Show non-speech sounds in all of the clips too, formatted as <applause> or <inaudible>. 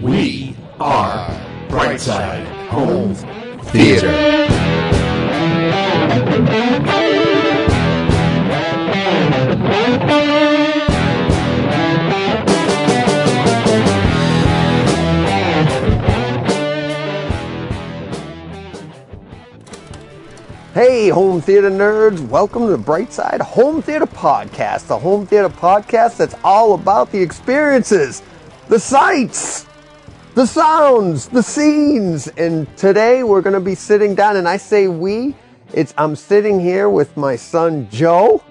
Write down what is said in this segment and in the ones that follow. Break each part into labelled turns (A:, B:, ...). A: We are Brightside Home Theater.
B: Hey, home theater nerds, welcome to the Brightside Home Theater Podcast, the home theater podcast that's all about the experiences, the sights, the sounds, the scenes. And today we're going to be sitting down, and I say we, it's I'm sitting here with my son Joe,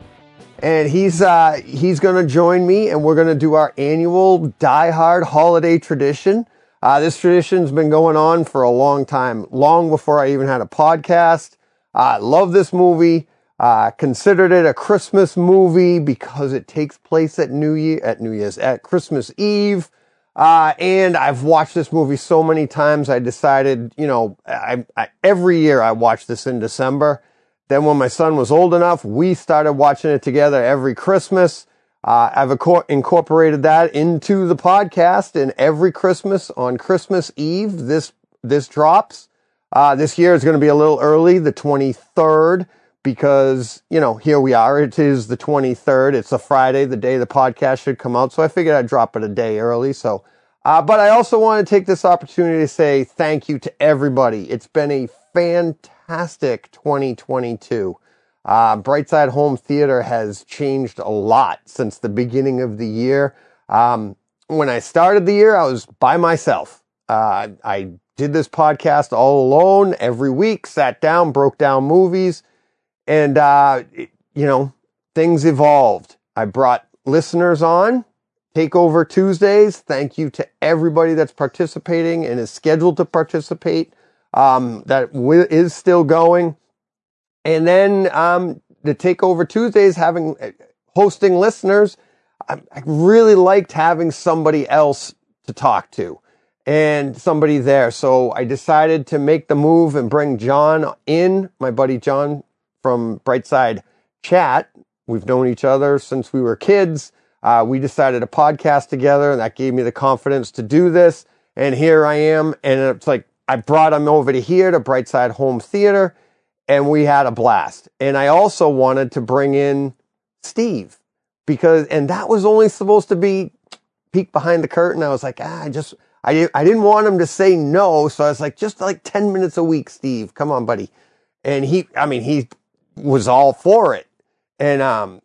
B: and he's uh, he's going to join me, and we're going to do our annual Die Hard holiday tradition. Uh, this tradition's been going on for a long time, long before I even had a podcast. Uh, I love this movie. Uh, considered it a Christmas movie because it takes place at New Year, at New Year's, at Christmas Eve. Uh, and I've watched this movie so many times. I decided, you know, I, I, every year I watch this in December. Then when my son was old enough, we started watching it together every Christmas. Uh, I've inco- incorporated that into the podcast, and every Christmas on Christmas Eve, this this drops. Uh, this year is going to be a little early, the 23rd, because, you know, here we are. It is the 23rd. It's a Friday, the day the podcast should come out. So I figured I'd drop it a day early. So, uh, but I also want to take this opportunity to say thank you to everybody. It's been a fantastic 2022. Uh, Brightside Home Theater has changed a lot since the beginning of the year. Um, when I started the year, I was by myself. Uh, I did this podcast all alone every week, sat down, broke down movies, and, uh, it- you know, things evolved. I brought listeners on, Takeover Tuesdays. Thank you to everybody that's participating and is scheduled to participate. Um, that wi- is still going. And then um, the Takeover Tuesdays, having uh, hosting listeners, I, I really liked having somebody else to talk to and somebody there. So I decided to make the move and bring John in, my buddy John from Brightside Chat. We've known each other since we were kids. Uh, we decided to podcast together, and that gave me the confidence to do this. And here I am. And it's like I brought him over to here to Brightside Home Theater and we had a blast. And I also wanted to bring in Steve because, and that was only supposed to be peek behind the curtain. I was like, ah, I just, I, di- I didn't want him to say no. So I was like, just like 10 minutes a week, Steve, come on, buddy. And he, I mean, he was all for it. And, um,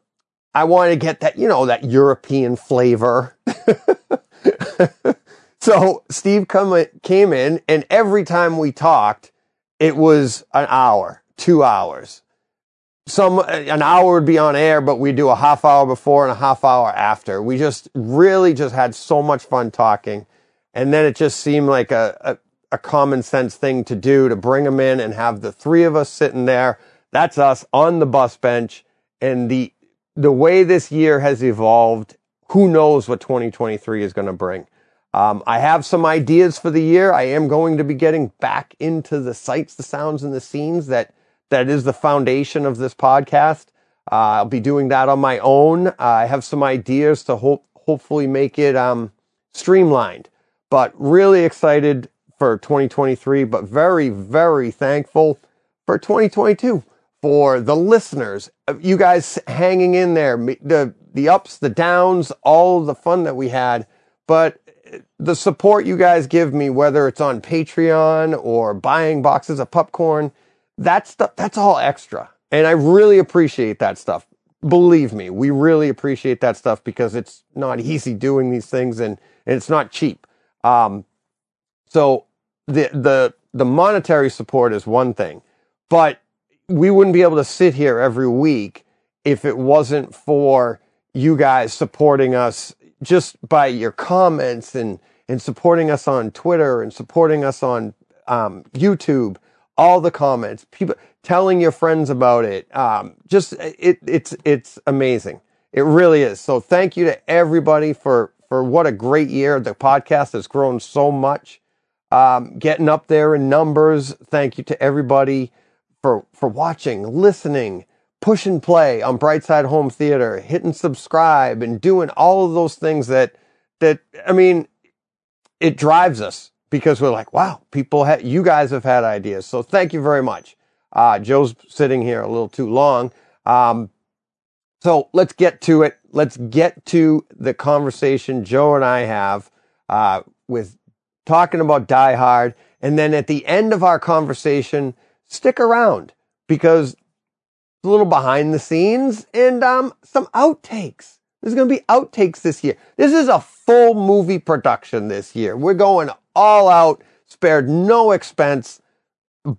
B: I wanted to get that, you know, that European flavor. <laughs> so Steve come, came in and every time we talked, it was an hour, two hours. Some an hour would be on air, but we do a half hour before and a half hour after. We just really just had so much fun talking, and then it just seemed like a a, a common sense thing to do to bring them in and have the three of us sitting there. That's us on the bus bench, and the the way this year has evolved, who knows what 2023 is going to bring. Um, I have some ideas for the year. I am going to be getting back into the sights, the sounds, and the scenes that that is the foundation of this podcast. Uh, I'll be doing that on my own. Uh, I have some ideas to hope hopefully make it um, streamlined, but really excited for 2023. But very very thankful for 2022 for the listeners uh, you guys hanging in there me- the the ups the downs all the fun that we had but uh, the support you guys give me whether it's on patreon or buying boxes of popcorn that stuff that's all extra and i really appreciate that stuff believe me we really appreciate that stuff because it's not easy doing these things and, and it's not cheap um, so the the the monetary support is one thing, but we wouldn't be able to sit here every week if it wasn't for you guys supporting us just by your comments and and supporting us on Twitter and supporting us on um, YouTube. All the comments, people telling your friends about it. Um, just it it's it's amazing. It really is. So thank you to everybody for for what a great year. The podcast has grown so much um, getting up there in numbers. Thank you to everybody for for watching, listening, push and play on Brightside Home Theater, hitting subscribe and doing all of those things that that I mean, it drives us because we're like, wow, people, ha- you guys have had ideas. So thank you very much. Uh, Joe's sitting here a little too long. Um, so let's get to it. Let's get to the conversation Joe and I have uh, with talking about Die Hard. And then at the end of our conversation, stick around because a little behind the scenes and um, some outtakes. There's going to be outtakes this year. This is a full movie production this year. We're going all out, spared no expense.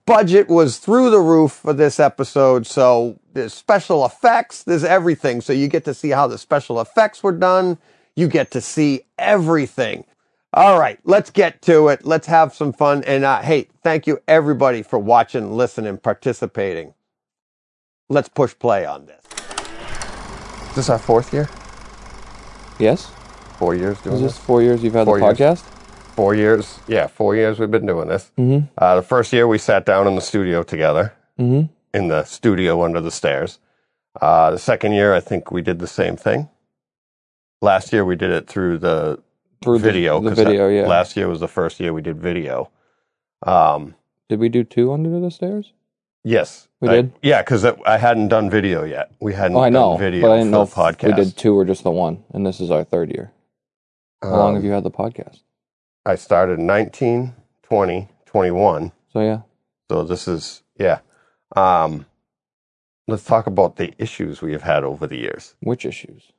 B: Budget was through the roof for this episode. So there's special effects, there's everything. So you get to see how the special effects were done. You get to see everything. All right, let's get to it. Let's have some fun. And uh, hey, thank you everybody for watching, listening, participating. Let's push play on this. Is this our fourth year?
C: Yes?
B: Four years
C: Is
B: doing
C: this
B: this?
C: four years you've had
B: Four
C: the
B: years.
C: podcast?
B: Four years. Yeah, four years we've been doing this. Mm-hmm. Uh, the first year we sat down in the studio together,
C: Mhm.
B: in the studio under the stairs. Uh, the second year, I think we did the same thing. Last year we did it through the
C: Through the-
B: video.
C: The,
B: 'cause
C: video,
B: that-
C: yeah.
B: Last year was the first year we did video. Um,
C: Did we do two under the stairs?
B: yes,
C: We
B: I-
C: did?
B: Yeah, because I hadn't done video yet. We hadn't.
C: Oh, I know,
B: done video
C: but I didn't
B: for
C: know
B: the
C: if
B: podcast.
C: we did two or just the one. And this is our third year. How long
B: Um,
C: have you had the podcast?
B: I started in 19, 20, 21.
C: So yeah,
B: So this is yeah. Um, let's talk about the issues we have had over the years.
C: which issues?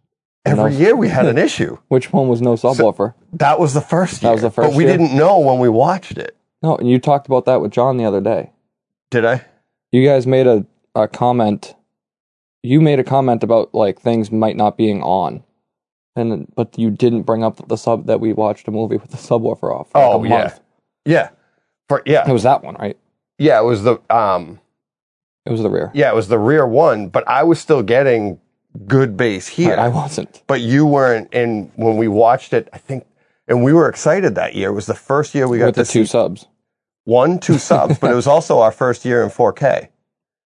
B: Every
C: No.
B: year we
C: <laughs>
B: had an issue.
C: Which one was no subwoofer?
B: That was the first year.
C: That was the
B: But
C: first
B: we
C: year?
B: didn't know when we watched it.
C: no, and you talked about that with John the other day.
B: Did I?
C: You guys made a, a comment. You made a comment about like things might not being on. And but you didn't bring up the sub that we watched a movie with the subwoofer off. For like
B: Oh, yeah.
C: a month.
B: Yeah. For yeah.
C: It was that one, right?
B: Yeah, it was the um
C: It was the rear.
B: yeah, it was the rear one, but I was still getting good bass here.
C: I, I wasn't.
B: but you weren't and when we watched it, I think and we were excited that year. It was the first year we got
C: with the
B: to
C: two
B: see
C: subs.
B: one, two subs, but it was also our first year in 4K.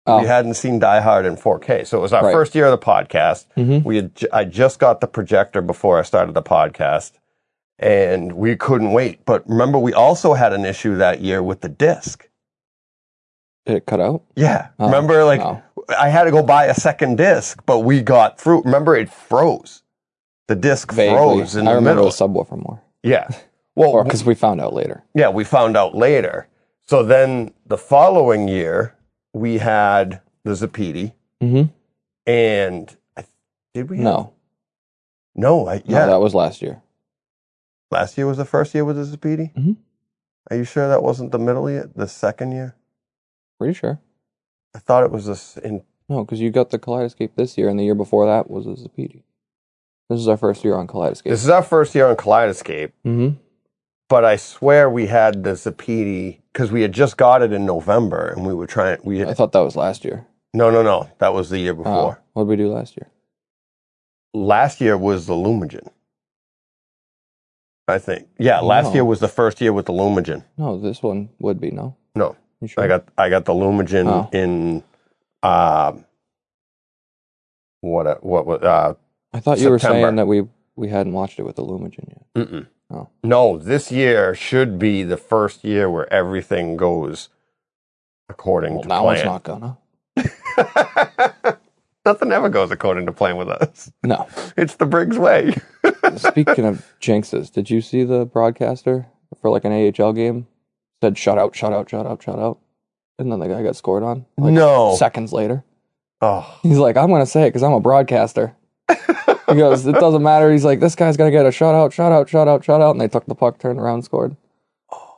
C: Oh.
B: We hadn't seen Die Hard in 4K, so it was our
C: Right. Mm-hmm.
B: first year of the podcast. We had, ju- I just got the projector before I started the podcast, and we couldn't wait. But remember, we also had an issue that year with the disc.
C: Did it cut out?
B: Yeah,
C: Oh,
B: remember, like
C: no.
B: I had to go buy a second disc, but we got through. Remember, it froze. The disc
C: Vaguely.
B: froze in
C: I
B: the
C: remember
B: middle.
C: the subwoofer more.
B: Yeah. Well,
C: Or because we found out later.
B: yeah, we found out later. So then the following year, we had the Zapedi,
C: Mm-hmm.
B: and I, did we? have-
C: No.
B: no, I,
C: Yeah.
B: yeah.
C: that was last year.
B: Last year was the first year with the Zapedi.
C: Mhm.
B: Are you sure that wasn't the middle year, the second year?
C: Pretty sure.
B: I thought it was this in.
C: No, because you got the Kaleidoscape this year, and the year before that was a Zapedi. This is our first year on Kaleidoscape.
B: This is our first year on Kaleidoscape,
C: mm-hmm.
B: but I swear we had the Zapedi because we had just got it in November, and we were trying. We
C: I
B: had,
C: thought that was last year.
B: no, no, no. That was the year
C: Oh,
B: before.
C: what did we do last year?
B: last year was the Lumigen. I think. Yeah, last
C: No.
B: year was the first year with the Lumigen.
C: No, this one would be no.
B: No,
C: You sure?
B: I got I got the Lumigen
C: Oh.
B: in um what what was uh
C: I thought you were
B: September.
C: saying that we we hadn't watched it with the Lumigen yet.
B: mm-mm.
C: Oh.
B: no, this year should be the first year where everything goes according
C: Well,
B: to
C: now it's
B: plan.
C: not gonna.
B: Nothing ever goes according to plan with us. <laughs>
C: No.
B: It's the Briggs way.
C: Speaking of jinxes, did you see the broadcaster for like an AHL game said shut out, shut out, shut out, shut out, and then the guy got scored on like
B: no.
C: seconds later.
B: oh.
C: He's like, I'm gonna say it because I'm a broadcaster. he goes, it doesn't matter. He's like, this guy's gonna get a shut out, shut out, shut out, shut out, and they took the puck, turned around, scored.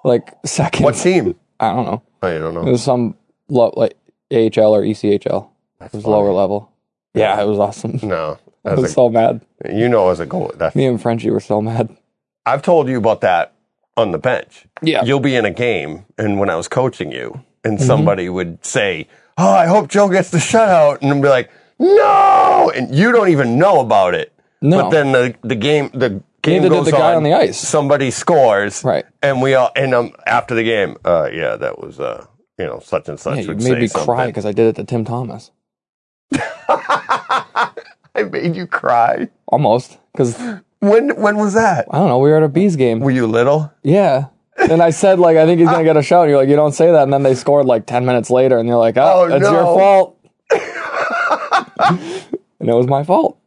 C: Like seconds.
B: What team?
C: I don't know.
B: I don't
C: It
B: know.
C: was some low, like AHL or E ECHL. it was lower level. Yeah, it was <laughs> awesome.
B: No.
C: I
B: That's a-
C: was so mad.
B: You know, as a goal, that
C: Me and Frenchie were so mad.
B: I've told you about that on the bench.
C: Yeah. Mm-hmm.
B: You'll be in a game, and when I was coaching you, and somebody would say, "Oh, I hope Joe gets the shutout," and I'd be like, "No!" And you don't even know about it.
C: No.
B: But then the the game the game
C: Neither did
B: goes
C: the guy on the ice.
B: Somebody scores,
C: Right.
B: And we all and um after the game, uh, yeah, that was uh, you know, such and such
C: Yeah, you
B: would
C: made
B: say
C: me
B: something.
C: cry because I did it to Tim Thomas.
B: I made you cry.
C: Almost. Because
B: When when was that?
C: I don't know. We were at a bees game.
B: Were you little?
C: Yeah. And I said like I think he's gonna get a shot. And you're like you don't say that. And then they scored like ten minutes later, and you're like, oh,
B: Oh,
C: it's your
B: no. <laughs>
C: fault. and it was my fault.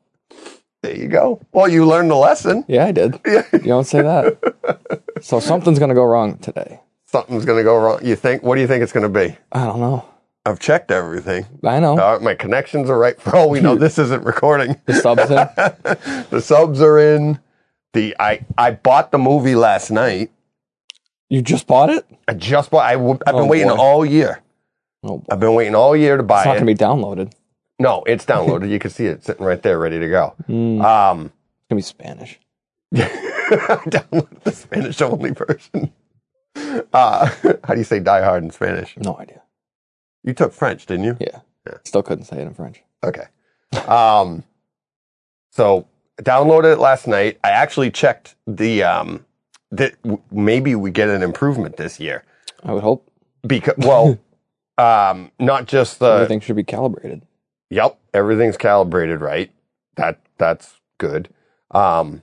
B: There you go. Well, you learned the lesson.
C: Yeah, I did. You don't say that. So something's gonna go wrong today.
B: Something's going to go wrong. You think? What do you think it's going to be?
C: I don't know.
B: I've checked everything.
C: I know
B: All right, my connections are right. For all we know, this isn't recording.
C: the subs in.
B: <laughs> The subs are in. The I I bought the movie last night.
C: You just bought it.
B: I just bought. I, have been
C: Oh,
B: waiting
C: boy.
B: all year.
C: Oh, boy.
B: I've been waiting all year to buy
C: it's not
B: it.
C: gonna be downloaded. It's
B: no, it's downloaded. you can see it sitting right there, ready to go.
C: Mm.
B: Um, <laughs>
C: gonna be Spanish.
B: download the Spanish only version. Uh, <laughs> how do you say "die hard" in Spanish?
C: No idea.
B: You took French, didn't you?
C: Yeah. Still couldn't say it in French.
B: Okay. Um, so downloaded it last night. I actually checked the um, that w- maybe we get an improvement this year
C: I would hope
B: because well, um, not just the
C: everything should be calibrated.
B: Yep, everything's calibrated right. That that's good. Um,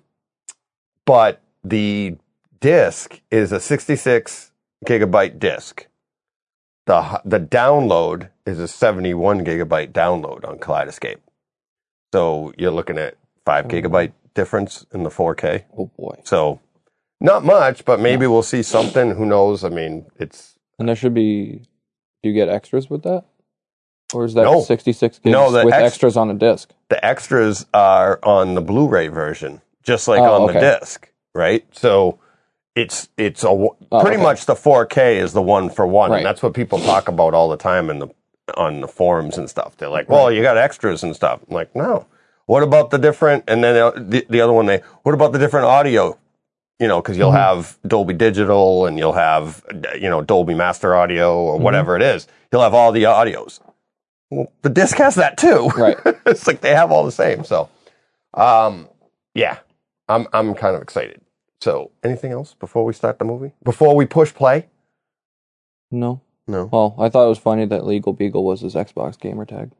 B: but the disk is a 66 gigabyte disk. The h- the download is a 71 gigabyte download on Kaleidoscape. So you're looking at five gigabyte difference in the 4K.
C: Oh boy.
B: So not much, but maybe we'll see something. Who knows? I mean, it's
C: And there should be. Do you get extras with that? Or is that
B: No.
C: 66 gigs
B: No, the
C: with
B: ex-
C: extras on a disc?
B: the extras are on the Blu-ray version, just like
C: Oh,
B: on the
C: okay.
B: disc, right? So it's it's a w-
C: Oh,
B: pretty
C: okay.
B: much the 4K is the one for one,
C: Right.
B: and that's what people talk about all the time in the on the forums and stuff. They're like, "Well, you got extras and stuff." I'm like, "No. What about the different?" And then they'll- the, the other one, they what about the different audio? You know, because you'll
C: Mm-hmm.
B: have Dolby Digital and you'll have you know Dolby Master Audio or
C: Mm-hmm.
B: whatever it is. You'll have all the audios. Well, the disc has that too.
C: Right.
B: <laughs> it's like they have all the same. So, um, yeah, I'm I'm kind of excited. So, anything else before we start the movie? Before we push play?
C: No.
B: No.
C: Well, I thought it was funny that Legal Beagle was his Xbox gamer tag.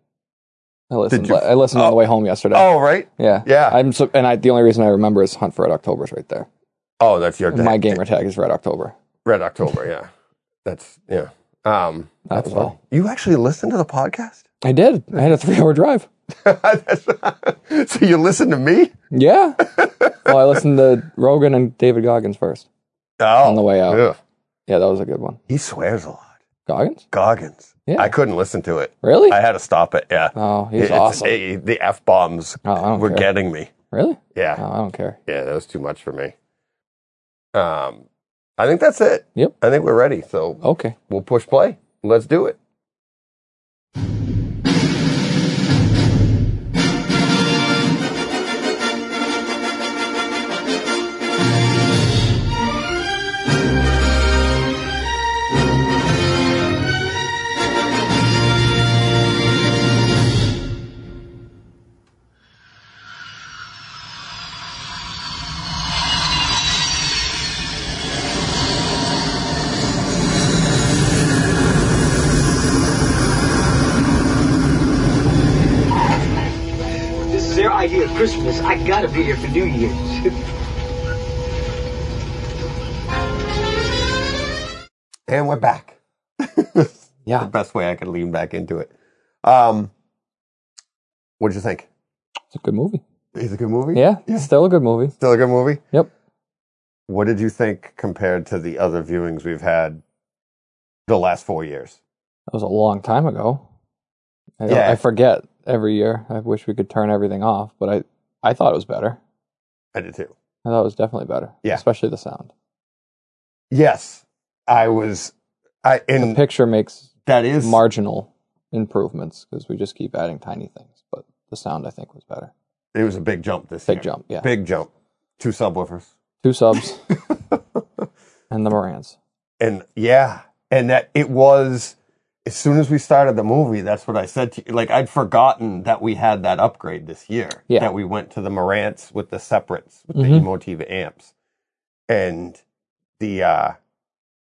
C: I listened.
B: you-
C: I listened on the way home yesterday.
B: Oh, right.
C: yeah.
B: yeah.
C: I'm so, and I the only reason I remember is Hunt for Red October is right there.
B: Oh, that's your
C: And my gamer tag is Red October.
B: Red October. Yeah, that's yeah. Um,
C: That's
B: that's
C: all.
B: You actually listen to the podcast? <laughs>
C: I did. I had a three hour drive.
B: That's- so you listen to me? <laughs>
C: Yeah. well, I listened to Rogan and David Goggins first.
B: Oh,
C: On the way out.
B: ugh.
C: Yeah, that was a good one.
B: He swears a lot.
C: Goggins?
B: Goggins.
C: Yeah.
B: I couldn't listen to it.
C: Really?
B: I had to stop it. Yeah.
C: oh, <laughs> he's
B: It's-
C: awesome.
B: it- the f bombs
C: oh, I don't
B: were
C: care.
B: getting me.
C: really?
B: Yeah.
C: Oh, I don't care.
B: yeah, that was too much for me. Um, I think that's it.
C: Yep. Oh.
B: I think we're ready. So
C: Okay.
B: we'll push play. Let's do it.
D: This is their idea of Christmas. I gotta be here for New Year's.
B: And we're <laughs> back.
C: Yeah.
B: Best way I could lean back into it. Um, what'd you think?
C: It's a good movie.
B: <laughs> Is it a good movie?
C: Yeah, still a good movie.
B: Still a good movie?
C: Yep.
B: What did you think compared to the other viewings we've had the last four years?
C: That was a long time ago. I, don't-
B: Yeah.
C: I forget every year. I wish we could turn everything off, but I, I thought it was better.
B: I did too.
C: I thought it was definitely better.
B: Yeah.
C: Especially the sound.
B: Yes. I was, I,
C: The
B: and
C: picture makes
B: that is,
C: marginal improvements because we just keep adding tiny things, but the sound I think was better.
B: it was a big jump this
C: Big
B: year.
C: jump, yeah.
B: Big jump. Two subwoofers.
C: Two subs
B: <laughs>
C: and the Morans.
B: and yeah, and that it was as soon as we started the movie. That's what I said to you. Like I'd forgotten that we had that upgrade this year.
C: Yeah.
B: that we went to the Marantz with the separates with the
C: Mhm.
B: Emotiva amps, and the uh,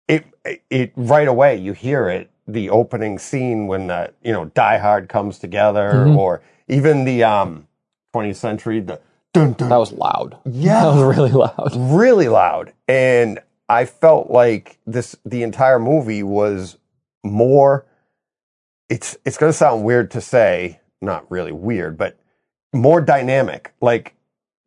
B: it it right away you hear it the opening scene when the you know Die Hard comes together
C: Mhm.
B: or even the um 20th century the dun, dun.
C: That was loud.
B: Yeah.
C: That was
B: <laughs>
C: really loud.
B: really loud and i felt like this the entire movie was more it's it's going to sound weird to say not really weird but more dynamic like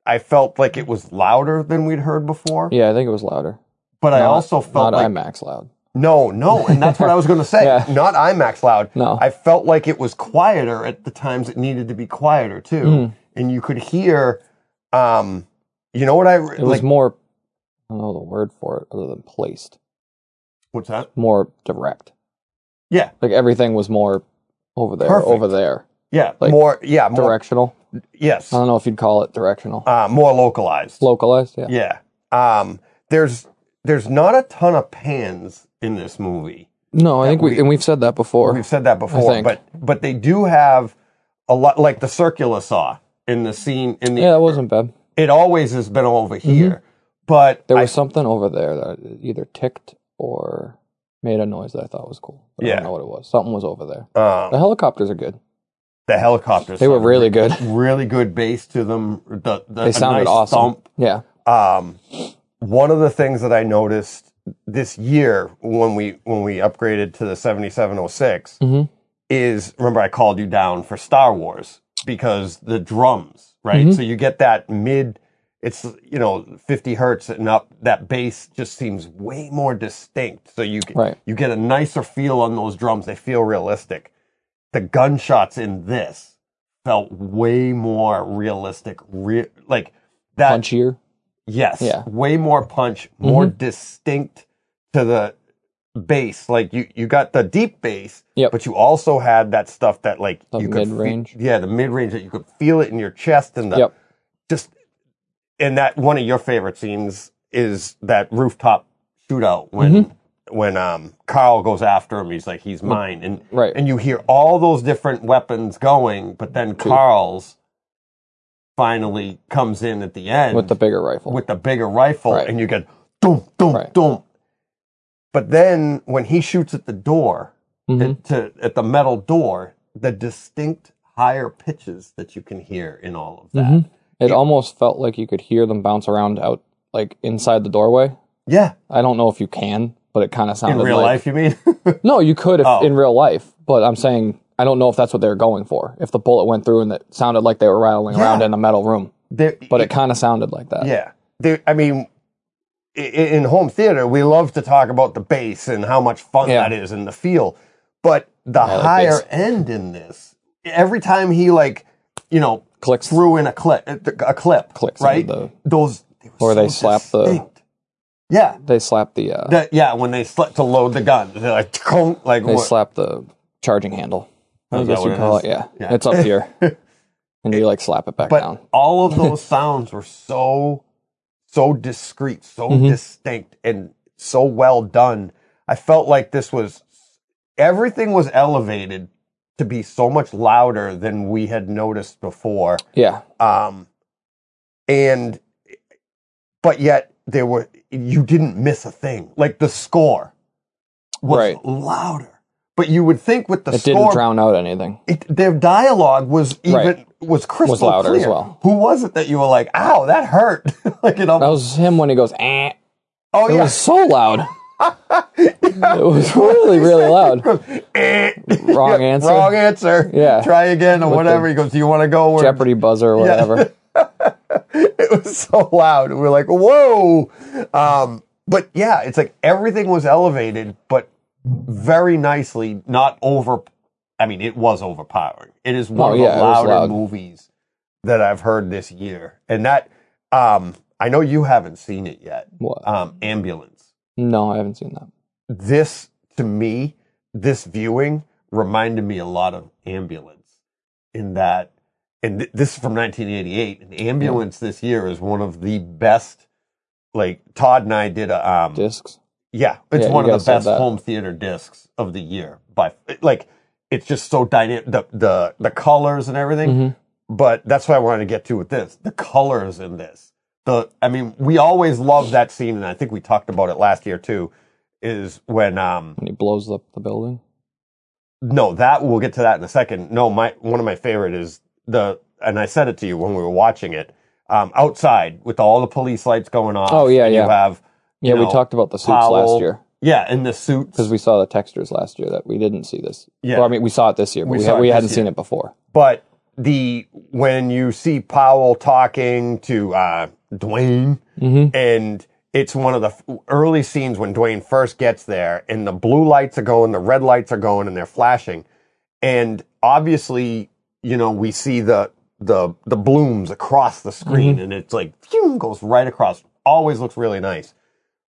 B: i felt like it was louder than we'd heard before
C: Yeah, I think it was louder.
B: but i
C: Not-
B: also felt
C: not
B: like
C: IMAX loud.
B: no no and that's what i was
C: <laughs>
B: going to say
C: Yeah.
B: not imax loud
C: No.
B: i felt like it was quieter at the times it needed to be quieter too
C: Mm.
B: and you could hear um you know what i
C: It was
B: like
C: more. I don't know the word for it other than placed.
B: what's that
C: More direct.
B: yeah
C: Like everything was more over there,
B: Perfect.
C: over there,
B: Yeah,
C: Like, uh,
B: more. Yeah, more.
C: directional.
B: Yes,
C: I don't know if you'd call it directional.
B: uh, more localized.
C: Localized. Yeah.
B: yeah. Um, there's there's not a ton of pans in this movie.
C: No, I think we, and we've said that before.
B: We've said that before,
C: think.
B: but but they do have a lot, like the circular saw in the scene. In the
C: yeah, Mm-hmm. that wasn't bad.
B: it always has been over here, but
C: There
B: I-
C: was something over there that either ticked or made a noise that I thought was cool. But I
B: Yeah.
C: don't know what it was. Something was over there.
B: um,
C: The helicopters are good.
B: the helicopters
C: They were
B: sound
C: really
B: <laughs>
C: good.
B: really good bass to them. The, the,
C: They
B: a
C: sounded
B: nice
C: awesome.
B: thump.
C: Yeah.
B: um, one of the things that I noticed this year when we when we upgraded to the 7706
C: Mhm.
B: is remember I called you down for Star Wars because the drums, right? So you get that mid it's you know 50 hertz and up that bass just seems way more distinct so you
C: Right.
B: you get a nicer feel on those drums they feel realistic the gunshots in this felt way more realistic re- like that
C: Punchier.
B: Yes.
C: Yeah. Mm-hmm.
B: Way more punch, more distinct to the bass. Like you, you got the deep bass,
C: Yep.
B: but you also had that stuff that like
C: The
B: you could
C: mid-range.
B: fe- yeah, the mid range that you could feel it in your chest and the
C: Yep.
B: just and that one of your favorite scenes is that rooftop shootout when
C: Mm-hmm.
B: when um Carl goes after him, he's like, he's mine. And
C: Mm, Right.
B: and you hear all those different weapons going, but then Carl's finally comes in at the end
C: With the bigger rifle.
B: with the bigger rifle
C: Right.
B: and you get dum dum
C: Right.
B: dum. But then when he shoots at the door,
C: Mhm.
B: at, to, at the metal door, the distinct higher pitches that you can hear in all of that.
C: Mhm. It almost felt like you could hear them bounce around out, like inside the doorway.
B: Yeah,
C: I don't know if you can, but it kind of
B: in
C: sounded
B: real
C: like,
B: life, you mean? <laughs>
C: No, you could if,
B: Oh.
C: in real life, but I'm saying I don't know if that's what they were going for. If the bullet went through and it sounded like they were rattling
B: Yeah.
C: around in a metal room,
B: There-
C: but it kind of sounded like that.
B: yeah, There- I mean. i- i- In home theater, we love to talk about the bass and how much fun
C: Yeah.
B: that is and the feel, but the
C: like
B: higher
C: bass.
B: end in this, every time he like, you know,
C: Clicks
B: threw in a clip, uh, a clip,
C: Clicks
B: right?
C: on
B: Those they were
C: Or they slap the-
B: distinct. yeah,
C: They slapped the uh,
B: that yeah. When they slap to load the gun, they're like "Tkong," like
C: they
B: what- Oh,
C: slapped the charging handle. I
B: Is that
C: guess you
B: what it
C: call
B: is?
C: it. Yeah.
B: Yeah.
C: it's up here,
B: <laughs>
C: and you like slap it back
B: But
C: down.
B: all
C: <laughs>
B: of those sounds were so so discreet, so
C: Mm-hmm.
B: distinct, and so well done. I felt like this was everything was elevated to be so much louder than we had noticed before.
C: Yeah,
B: um, and but yet there were you didn't miss a thing. Like the score was
C: Right.
B: louder, but you would think with the
C: it didn't
B: score,
C: drown out anything.
B: it- their dialogue was even
C: Right.
B: was crystal
C: Was louder as
B: clear.
C: well.
B: Who was it that you were like, "Ow, that hurt"? <laughs> like it
C: That
B: almost,
C: was him when he goes. Eh.
B: oh
C: It
B: yeah, <laughs>
C: was so loud. it was really really
B: <laughs>
C: loud.
B: Eh.
C: Wrong answer.
B: wrong answer.
C: Yeah.
B: try again or whatever. He goes, "Do you want to go?" Where
C: Jeopardy buzzer or whatever.
B: <laughs> it was so loud. We were like, whoa. Um, but yeah, it's like everything was elevated, but very nicely, not over. I mean, it was overpowering. It is one
C: Oh,
B: of the
C: yeah, it was
B: louder
C: loud.
B: movies that I've heard this year. And that, um, I know you haven't seen it yet.
C: What?
B: Um, Ambulance.
C: No, I haven't seen that.
B: This, to me, this viewing reminded me a lot of Ambulance in that, and th- this is from 1988. And Ambulance this year is one of the best. Like Todd and I did a um,
C: Discs.
B: yeah, it's
C: Yeah, you
B: one of
C: guys
B: the
C: said
B: best
C: that.
B: home theater discs of the year. By like, it's just so dynamic. The the the colors and everything.
C: Mm-hmm.
B: But that's what I wanted to get to with this. The colors in this. The I mean, we always love that scene, and I think we talked about it last year too. Is when um
C: When he blows up the building.
B: no, that we'll get to that in a second. No, my one of my favorite is the, and I said it to you when we were watching it. um, outside with all the police lights going off.
C: Oh, yeah,
B: and
C: yeah.
B: You have you
C: Yeah, we
B: know,
C: talked about the suits
B: Powell-
C: last year
B: Yeah, in the suits.
C: because we saw the textures last year that we didn't see this.
B: Yeah.
C: Well, I mean, we saw it this year, but
B: We
C: we,
B: saw
C: ha-
B: it
C: we
B: this
C: hadn't
B: year.
C: seen it before.
B: but the when you see Powell talking to uh, Dwayne, and it's one of the f- early scenes when Dwayne first gets there, and the blue lights are going, the red lights are going, and they're flashing, and obviously, you know, we see the the the blooms across the screen,
C: Mm-hmm.
B: and it's like phew, goes right across. Always looks really nice,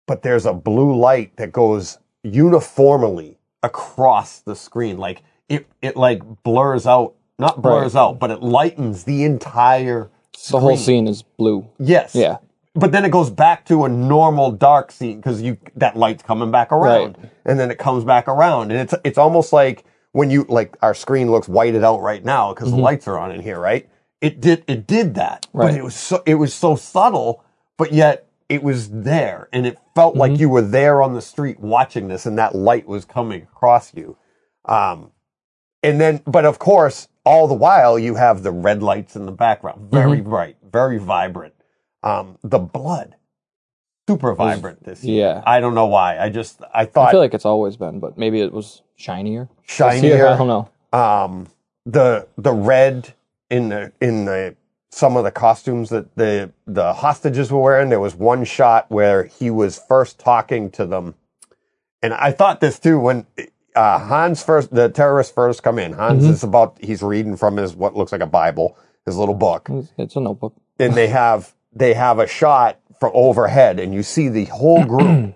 B: but there's a blue light that goes uniformly across the screen, like it it like blurs out, not blurs out, but it lightens the entire.
C: The whole scene is blue.
B: Yes.
C: Yeah.
B: But then it goes back to a normal dark scene because you that light's coming back around, and then it comes back around, and it's it's almost like when you like our screen looks whited out right now because the lights are on in here, right? It did it did that, but
C: Right.
B: it was so it was so subtle, but yet it was there, and it felt like you were there on the street watching this, and that light was coming across you. Um, and then, but of course, all the while you have the red lights in the background, very
C: Mm-hmm.
B: bright, very vibrant. Um, the blood, super vibrant this year.
C: Yeah.
B: I don't know why. I just I
C: I
B: thought
C: feel like it's always been, but maybe it was shinier. This year,
B: shinier.
C: I don't know.
B: Um, the the red in the in the some of the costumes that the the hostages were wearing. There was one shot where he was first talking to them, and I thought this too when. Uh, Hans first, the terrorists first come in. Hans is about, he's reading from his, what looks like a Bible, his little book
C: It's, it's a notebook.
B: and they have they have a shot from overhead and you see the whole
C: <clears throat>
B: group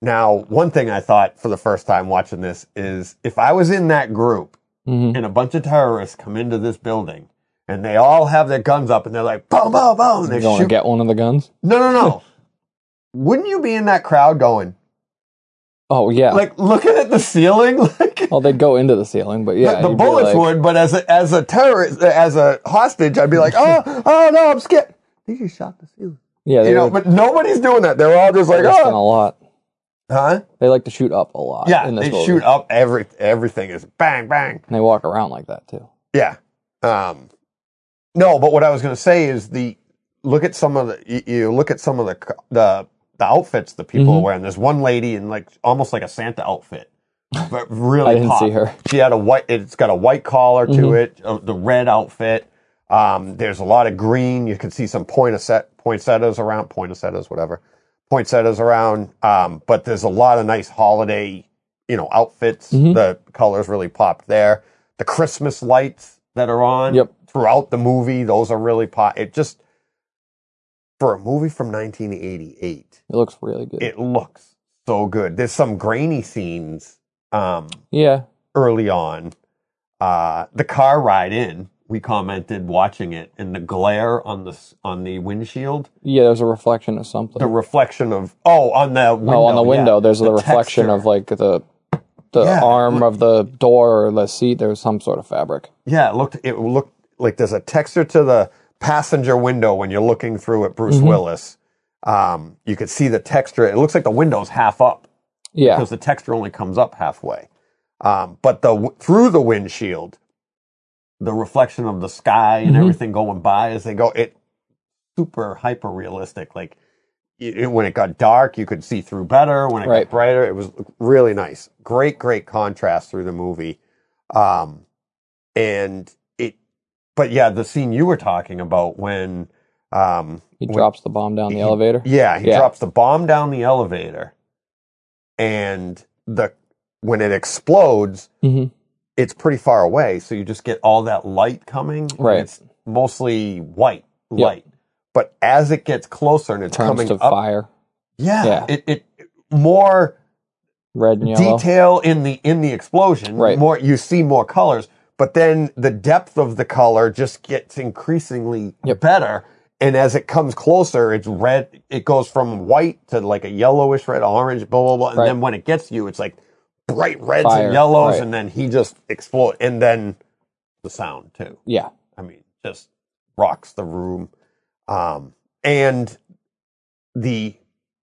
B: now one thing i thought for the first time watching this is if i was in that group
C: Mhm.
B: and a bunch of terrorists come into this building and they all have their guns up and they're like boom boom boom and they
C: Going
B: shoot
C: to get one of the guns.
B: no no
C: <laughs>
B: no wouldn't you be in that crowd going
C: Oh yeah.
B: like looking at the ceiling <laughs> like
C: well, they'd go into the ceiling, but yeah,
B: the
C: you'd be
B: bullets
C: like-
B: would, but as a, as a terrorist, as a hostage, I'd
C: <laughs>
B: be like, oh, oh no, I'm scared. They just shot the ceiling.
C: Yeah, they
B: you know,
C: were
B: but nobody's doing that. They're all just like,
C: testing a
B: oh,
C: lot.
B: huh?
C: They like to shoot up a lot.
B: Yeah,
C: in this
B: they
C: movie.
B: shoot up. Every everything is bang bang.
C: and they walk around like that too.
B: Yeah. Um, no, but what I was going to say is the look at some of the you, you look at some of the co- the the outfits the people
C: Mm-hmm.
B: are wearing. There's one lady in like almost like a Santa outfit,
C: <laughs>
B: but really
C: I didn't
B: pop.
C: see her. Mm-hmm.
B: She had a white. It's got a white collar to it. Uh, the red outfit. Um, there's a lot of green. You can see some poinsettia, poinsettias around. Poinsettias, whatever. Poinsettias around. Um, but there's a lot of nice holiday, you know, outfits. The colors really popped there. The Christmas lights that are on
C: Yep.
B: throughout the movie, those are really pop. It just for a movie from 1988,
C: It looks really good.
B: it looks so good. There's some grainy scenes. Um,
C: yeah,
B: early on. Uh, the car ride in, we commented watching it, and the glare on the s- on the windshield,
C: yeah. There's a reflection of something.
B: the reflection of oh on the window,
C: oh, on the window,
B: yeah,
C: there's the, reflection
B: texture.
C: of like the the
B: Yeah.
C: arm of the door or the seat. There's some sort of fabric.
B: yeah. It looked it looked like there's a texture to the passenger window when you're looking through at
C: Mm-hmm.
B: Bruce Willis. Um, you could see the texture. It looks like the window's half up.
C: Yeah,
B: because the texture only comes up halfway. Um, but the through the windshield, the reflection of the sky
C: Mm-hmm.
B: and everything going by as they go, it super hyper realistic. Like it, it- when it got dark, you could see through better. When it
C: Right.
B: got brighter, it was really nice. Great, great contrast through the movie. Um, and it, but yeah, the scene you were talking about when um,
C: he
B: when-
C: drops the bomb down the
B: he-
C: elevator.
B: yeah, he
C: Yeah.
B: drops the bomb down the elevator, and the when it explodes,
C: hmm
B: it's pretty far away, so you just get all that light coming. and
C: Right.
B: it's mostly white
C: Yep.
B: light, but as it gets closer and it's
C: Turns
B: coming
C: to
B: up,
C: fire,
B: yeah,
C: Yeah.
B: it it more
C: red and yellow.
B: detail in the in the explosion.
C: Right.
B: more you see more colors, but then the depth of the color just gets increasingly
C: Yep.
B: better. And as it comes closer, it's red. It goes from white to like a yellowish red, orange, blah blah blah. And
C: Right.
B: then when it gets you, it's like bright reds
C: Fire,
B: and yellows,
C: right.
B: and then he just explode. And then the sound too.
C: Yeah,
B: I mean, just rocks the room. Um, and the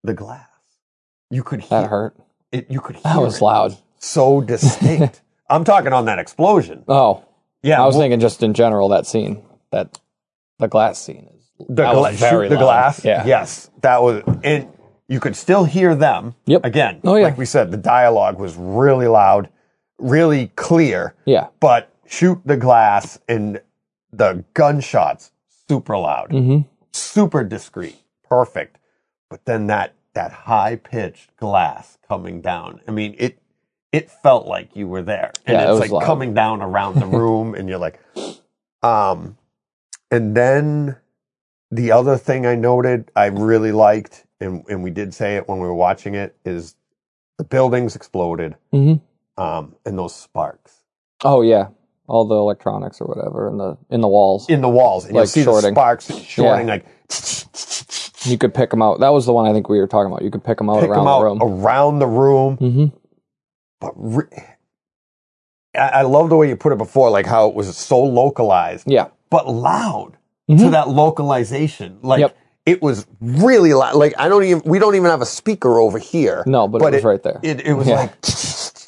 B: the glass, you could hear
C: that hurt.
B: it. You could hear
C: That was
B: it
C: loud.
B: so distinct. I'm talking on that explosion.
C: Oh,
B: Yeah,
C: I was
B: well,
C: thinking just in general that scene that the glass scene is
B: the,
E: That
B: gla-
E: was very
B: shoot the
E: loud.
B: glass.
E: Yeah.
B: Yes, that was, and you could still hear them.
C: Yep.
B: Again,
C: Oh, yeah.
B: like we said, the dialogue was really loud, really clear.
C: Yeah.
B: But shoot the glass and the gunshots super loud,
C: Mhm.
B: super discreet, perfect. But then that that high pitched glass coming down. I mean it. It felt like you were there, and
C: Yeah, it
B: it's
C: was
B: like
C: loud.
B: coming down around
C: <laughs>
B: the room, and you're like, um, and then the other thing I noted I really liked, and, and we did say it when we were watching it, is the buildings exploded
C: Mhm.
B: um, and those sparks
C: Oh yeah, all the electronics or whatever in the in the walls.
B: in the walls. And you
C: Like
B: see the
C: shorting.
B: sparks shorting, like
C: You could pick them out. That was the one I think we were talking about. You could pick them out
B: pick
C: around
B: them out
C: the room.
B: around the room.
C: Mm-hmm.
B: But re- I, I love the way you put it before, like how it was so localized,
C: Yeah.
B: but loud to
C: Mhm.
B: that localization. Like,
C: Yep.
B: It was really loud. Like I don't even we don't even have a speaker over here.
C: No, but, it was right there.
B: It, it was
C: Yeah.
B: like,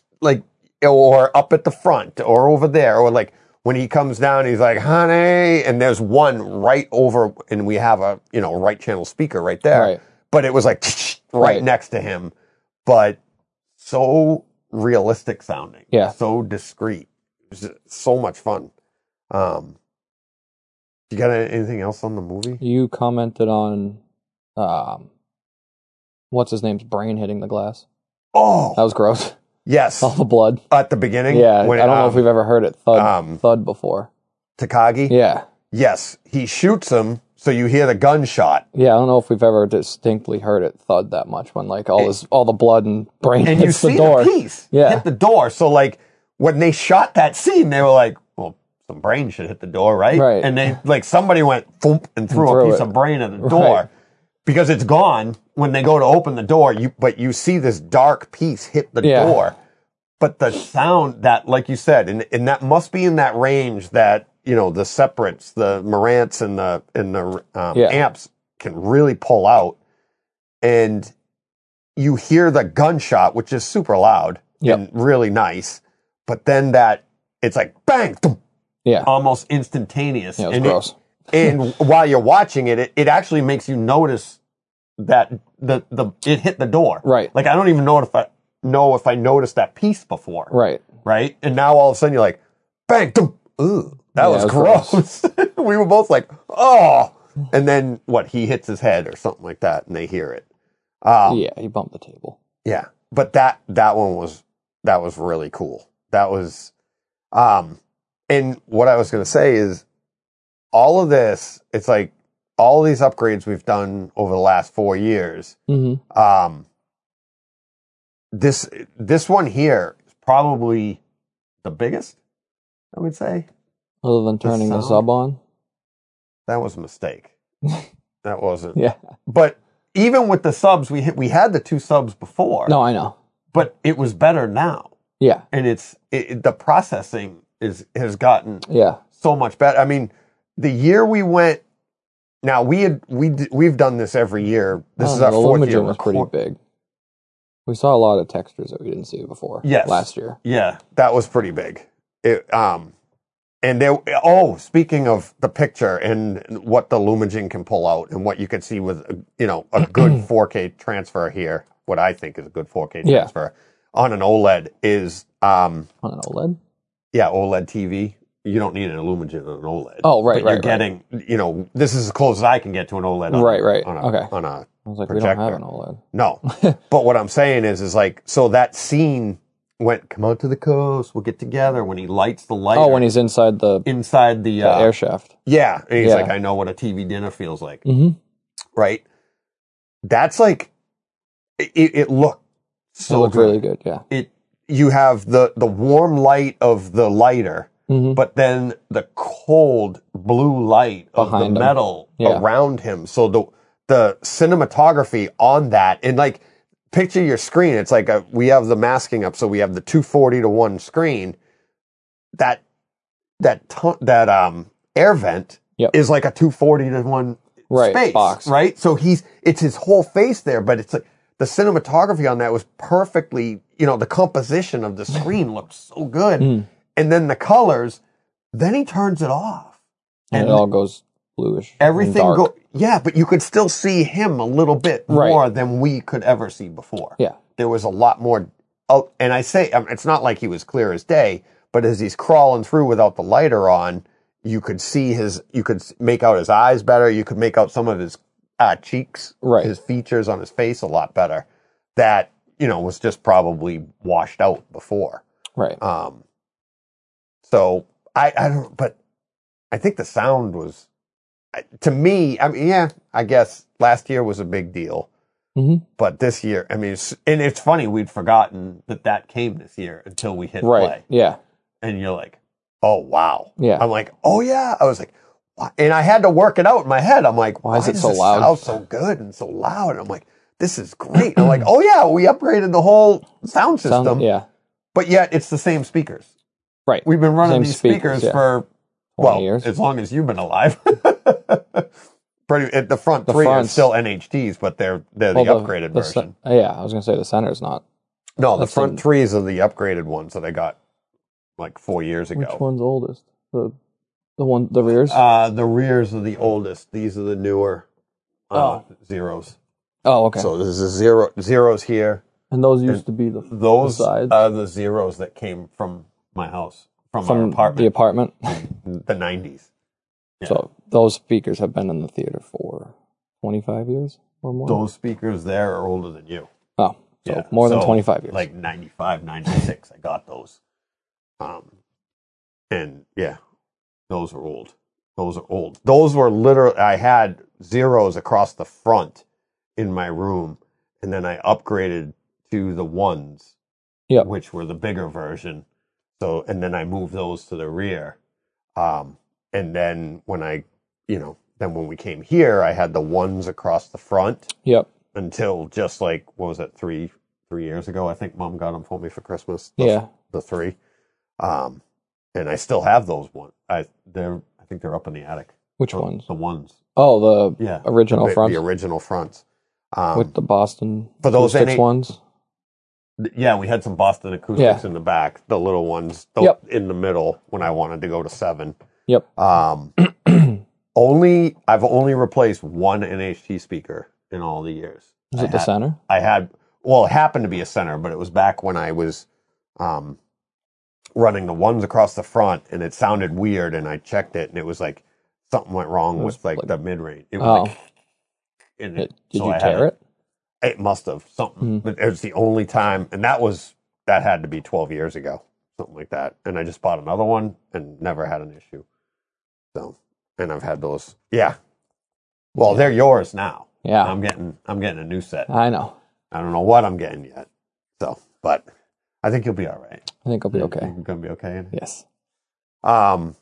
B: <laughs> like, or up at the front, or over there, or like when he comes down, he's like, "Honey," and there's one right over, and we have a you know right channel speaker right there.
C: Right.
B: But it was like <laughs> right,
C: Right.
B: next to him, but so realistic sounding.
C: Yeah.
B: So discreet. It was so much fun. Um, you got anything else on the movie?
C: you commented on, um, what's his name's brain hitting the glass. That
B: Oh,
C: was gross. <laughs>
B: yes.
C: all the blood.
B: At the beginning,
C: Uh, oh. Yeah,
B: when,
C: I don't know
B: um,
C: if we've ever heard it thud
B: um,
C: thud before.
B: Takagi.
C: Yeah,
B: Yes, he shoots him, so you hear the gunshot,
C: yeah, I don't know if we've ever distinctly heard it thud that much when like all this all the blood and brain
B: and you
C: hits
B: see
C: the
B: the,
C: door.
B: piece
C: Yeah.
B: hit the door. So, like when they shot that scene, they were like, "Well, some brain should hit the door, right?"
C: Right.
B: And they like somebody went thump and threw, a
C: threw
B: piece
C: it.
B: of brain at the door
C: Right.
B: because it's gone. When they go to open the door, you but you see this dark piece hit the
C: Yeah.
B: door. But the sound that, like you said, and, and that must be in that range that you know the separates, the Marantz and the and the um,
C: Yeah.
B: amps can really pull out. and you hear the gunshot, which is super loud
C: Yep.
B: and really nice. But then that it's like bang, thump,
C: Yeah,
B: almost instantaneous.
C: yeah,
B: Um, and, it-
C: it was gross. <laughs>
B: and while you're watching it, it, it actually makes you notice that the the it hit the door.
C: Right.
B: Like I don't even know if I know if I noticed that piece before.
C: right.
B: Right. And now all of a sudden you're like bang, thump, ooh, that
C: Yeah,
B: was
C: it was
B: gross. <laughs> we were both like oh, and then what? He hits his head or something like that, and they hear it. Um,
C: yeah, he bumped the table.
B: yeah, but that that one was that was really cool. That was, um, and what I was gonna say is, all of this, it's like all these upgrades we've done over the last four years.
C: Mm-hmm.
B: Um, this this one here is probably the biggest. I would say
C: Other than turning the,
B: sound.
C: sub on.
B: that was a
C: <laughs>
B: mistake. that wasn't.
C: Yeah.
B: But even with the subs, we hit, we had the two subs before.
C: No, I know.
B: but it was better now.
C: Yeah,
B: and it's it, it- the processing is has gotten
C: yeah,
B: so much better. I mean, the year we went, now we had we d- we've done this every year. This
C: I
B: is
C: don't
B: our
C: know,
B: fourth
C: Oh, the Lumigen
B: year.
C: was
B: record-
C: pretty big. We saw a lot of textures that we didn't see before.
B: Yes.
C: last year.
B: Yeah, that was pretty big. It, um, and there. Oh, speaking of the picture and what the Lumigen can pull out and what you can see with uh, you know a good
C: <clears throat>
B: 4K transfer here, what I think is a good 4K
C: Yeah.
B: transfer on an OLED is um,
C: on an E OLED.
B: Yeah, E OLED TV. You don't need an Illuminagen on an OLED.
C: Oh,
B: but
C: right, right,
B: You're
C: right.
B: getting, you know, this is as close as I can get to an OLED. On,
C: Right, right.
B: On a,
C: Okay.
B: On a
C: I was like, we don't
B: Projector.
C: have an E OLED. <laughs>
B: no, but what I'm saying is, is like, so that scene went, come out to the coast, we'll get together. When he lights the light.
C: Oh, when he's inside the,
B: inside the,
C: the
B: uh,
C: air shaft.
B: yeah, and he's
C: Yeah.
B: like, I know what a TV dinner feels like,
C: Mm-hmm.
B: right? That's like, it, it looked
C: So it
B: so
C: looked
B: good.
C: really good. Yeah.
B: It you have the the warm light of the lighter.
C: Mm-hmm.
B: but then the cold blue light of
C: Behind
B: the
C: him.
B: metal
C: Yeah.
B: around him. So the the cinematography on that and like picture your screen. It's like a, we have the masking up, so we have the 240 to one screen. That that ton, that um air vent
C: Yep.
B: is like a 240 to one
C: Right,
B: space,
C: box.
B: right? So he's it's his whole face there, but it's like the cinematography on that was perfectly, you know, the composition of
C: <laughs>
B: the screen looked so good.
C: Mm.
B: And then the colors, then he turns it off.
C: And,
B: And
C: it all goes bluish. and
B: Everything
C: dark.
B: go yeah, but you could still see him a little bit
C: Right.
B: more than we could ever see before.
C: Yeah.
B: there was a lot more. Oh, and I say um, it's not like he was clear as day, but as he's crawling through without the lighter on, you could see his. You could s- make out his eyes better. You could make out some of his uh, cheeks,
C: Right.
B: his features on his face a lot better. That you know was just probably washed out before.
C: Right.
B: Um, so I, I don't, but I think the sound was, I- to me, I mean, yeah, I guess last year was a big deal,
C: Mhm.
B: but this year, I mean, it's, and it's funny we'd forgotten that that came this year until we hit
C: Right.
B: play,
C: Yeah.
B: and you're like, oh wow,
C: Yeah.
B: I'm like, oh yeah, I was like. why- And I had to work it out in my head. I'm like, why,
C: is it
B: does
C: so
B: this
C: loud?
B: sound so good and so loud? And I'm like, this is great.
C: <clears throat>
B: And I'm like, oh yeah, we upgraded the whole sound system
C: Sound- yeah.
B: but yet it's the same speakers.
C: Right.
B: We've been running
C: Same
B: these speakers,
C: speakers, yeah.
B: for well,
C: 20 years.
B: as long as you've been alive. <laughs> Pretty at the front
C: The
B: three are
C: front's-
B: still NHTs, but they're they're the
C: Well,
B: upgraded
C: the
B: version.
C: ce- yeah, I was gonna say the center's not.
B: no, the
C: that's
B: front
C: in-
B: threes are the upgraded ones that I got like four years
C: Which
B: ago.
C: one's oldest? The the one the rears.
B: Uh, the rears are the oldest. These are the newer uh, zeros.
C: oh, okay.
B: So there's a zero zeros here.
C: and those used to be the
B: Those
C: Besides-
B: are the zeros that came from my house, from,
C: from
B: our
C: the
B: apartment,
C: apartment.
B: the nineties.
C: So those speakers have been in the theater for 25 years or more.
B: Those speakers there are older than you.
C: oh, so
B: Yeah,
C: more than
B: so,
C: 25 years.
B: Like 95, 96, I got those. Um, and yeah, those are old. Those are old. Those were literally, I had zeros across the front in my room, and then I upgraded to the ones,
C: Yep.
B: which were the bigger version. So, and then I moved those to the rear. Um, and then when I, you know, then when we came here, I had the ones across the front
C: yep.
B: until just like what was it three three years ago i think mom got them for me for christmas the,
C: Yeah.
B: the three um and i still have those one i they're i think they're up in the attic
C: Which
B: The-
C: ones?
B: the ones
C: Oh, the
B: yeah
C: original
B: the,
C: front
B: the original fronts um
C: with the Boston
B: For those
C: six
B: any-
C: ones.
B: th- yeah we had some boston acoustics
C: Yeah.
B: in the back the little ones the,
C: Yep.
B: in the middle when i wanted to go to seven
C: Yep. <clears throat>
B: um only i've only replaced one nht speaker in all the years
C: Is
B: I
C: it the
B: had-
C: center?
B: I had well, it happened to be a center, but it was back when I was um, running the ones across the front, and it sounded weird. And I checked it, and it was like something went wrong
C: was
B: with like,
C: like-
B: the mid range. It was
C: Oh,
B: like, and
C: it-
B: it,
C: did
B: so
C: you
B: I had
C: tear it?
B: It, must have something,
C: Mm.
B: but it was the only time, and that was that had to be twelve years ago, something like that. And I just bought another one and never had an issue. So, and I've had those, yeah. Well, they're yours now.
C: Yeah.
B: I'm getting I'm getting a new set.
C: I know.
B: I don't know what I'm getting yet. So, but I think you'll be all right.
C: I think I'll be okay.
B: You're going to be okay. in it?
C: Yes.
B: Um,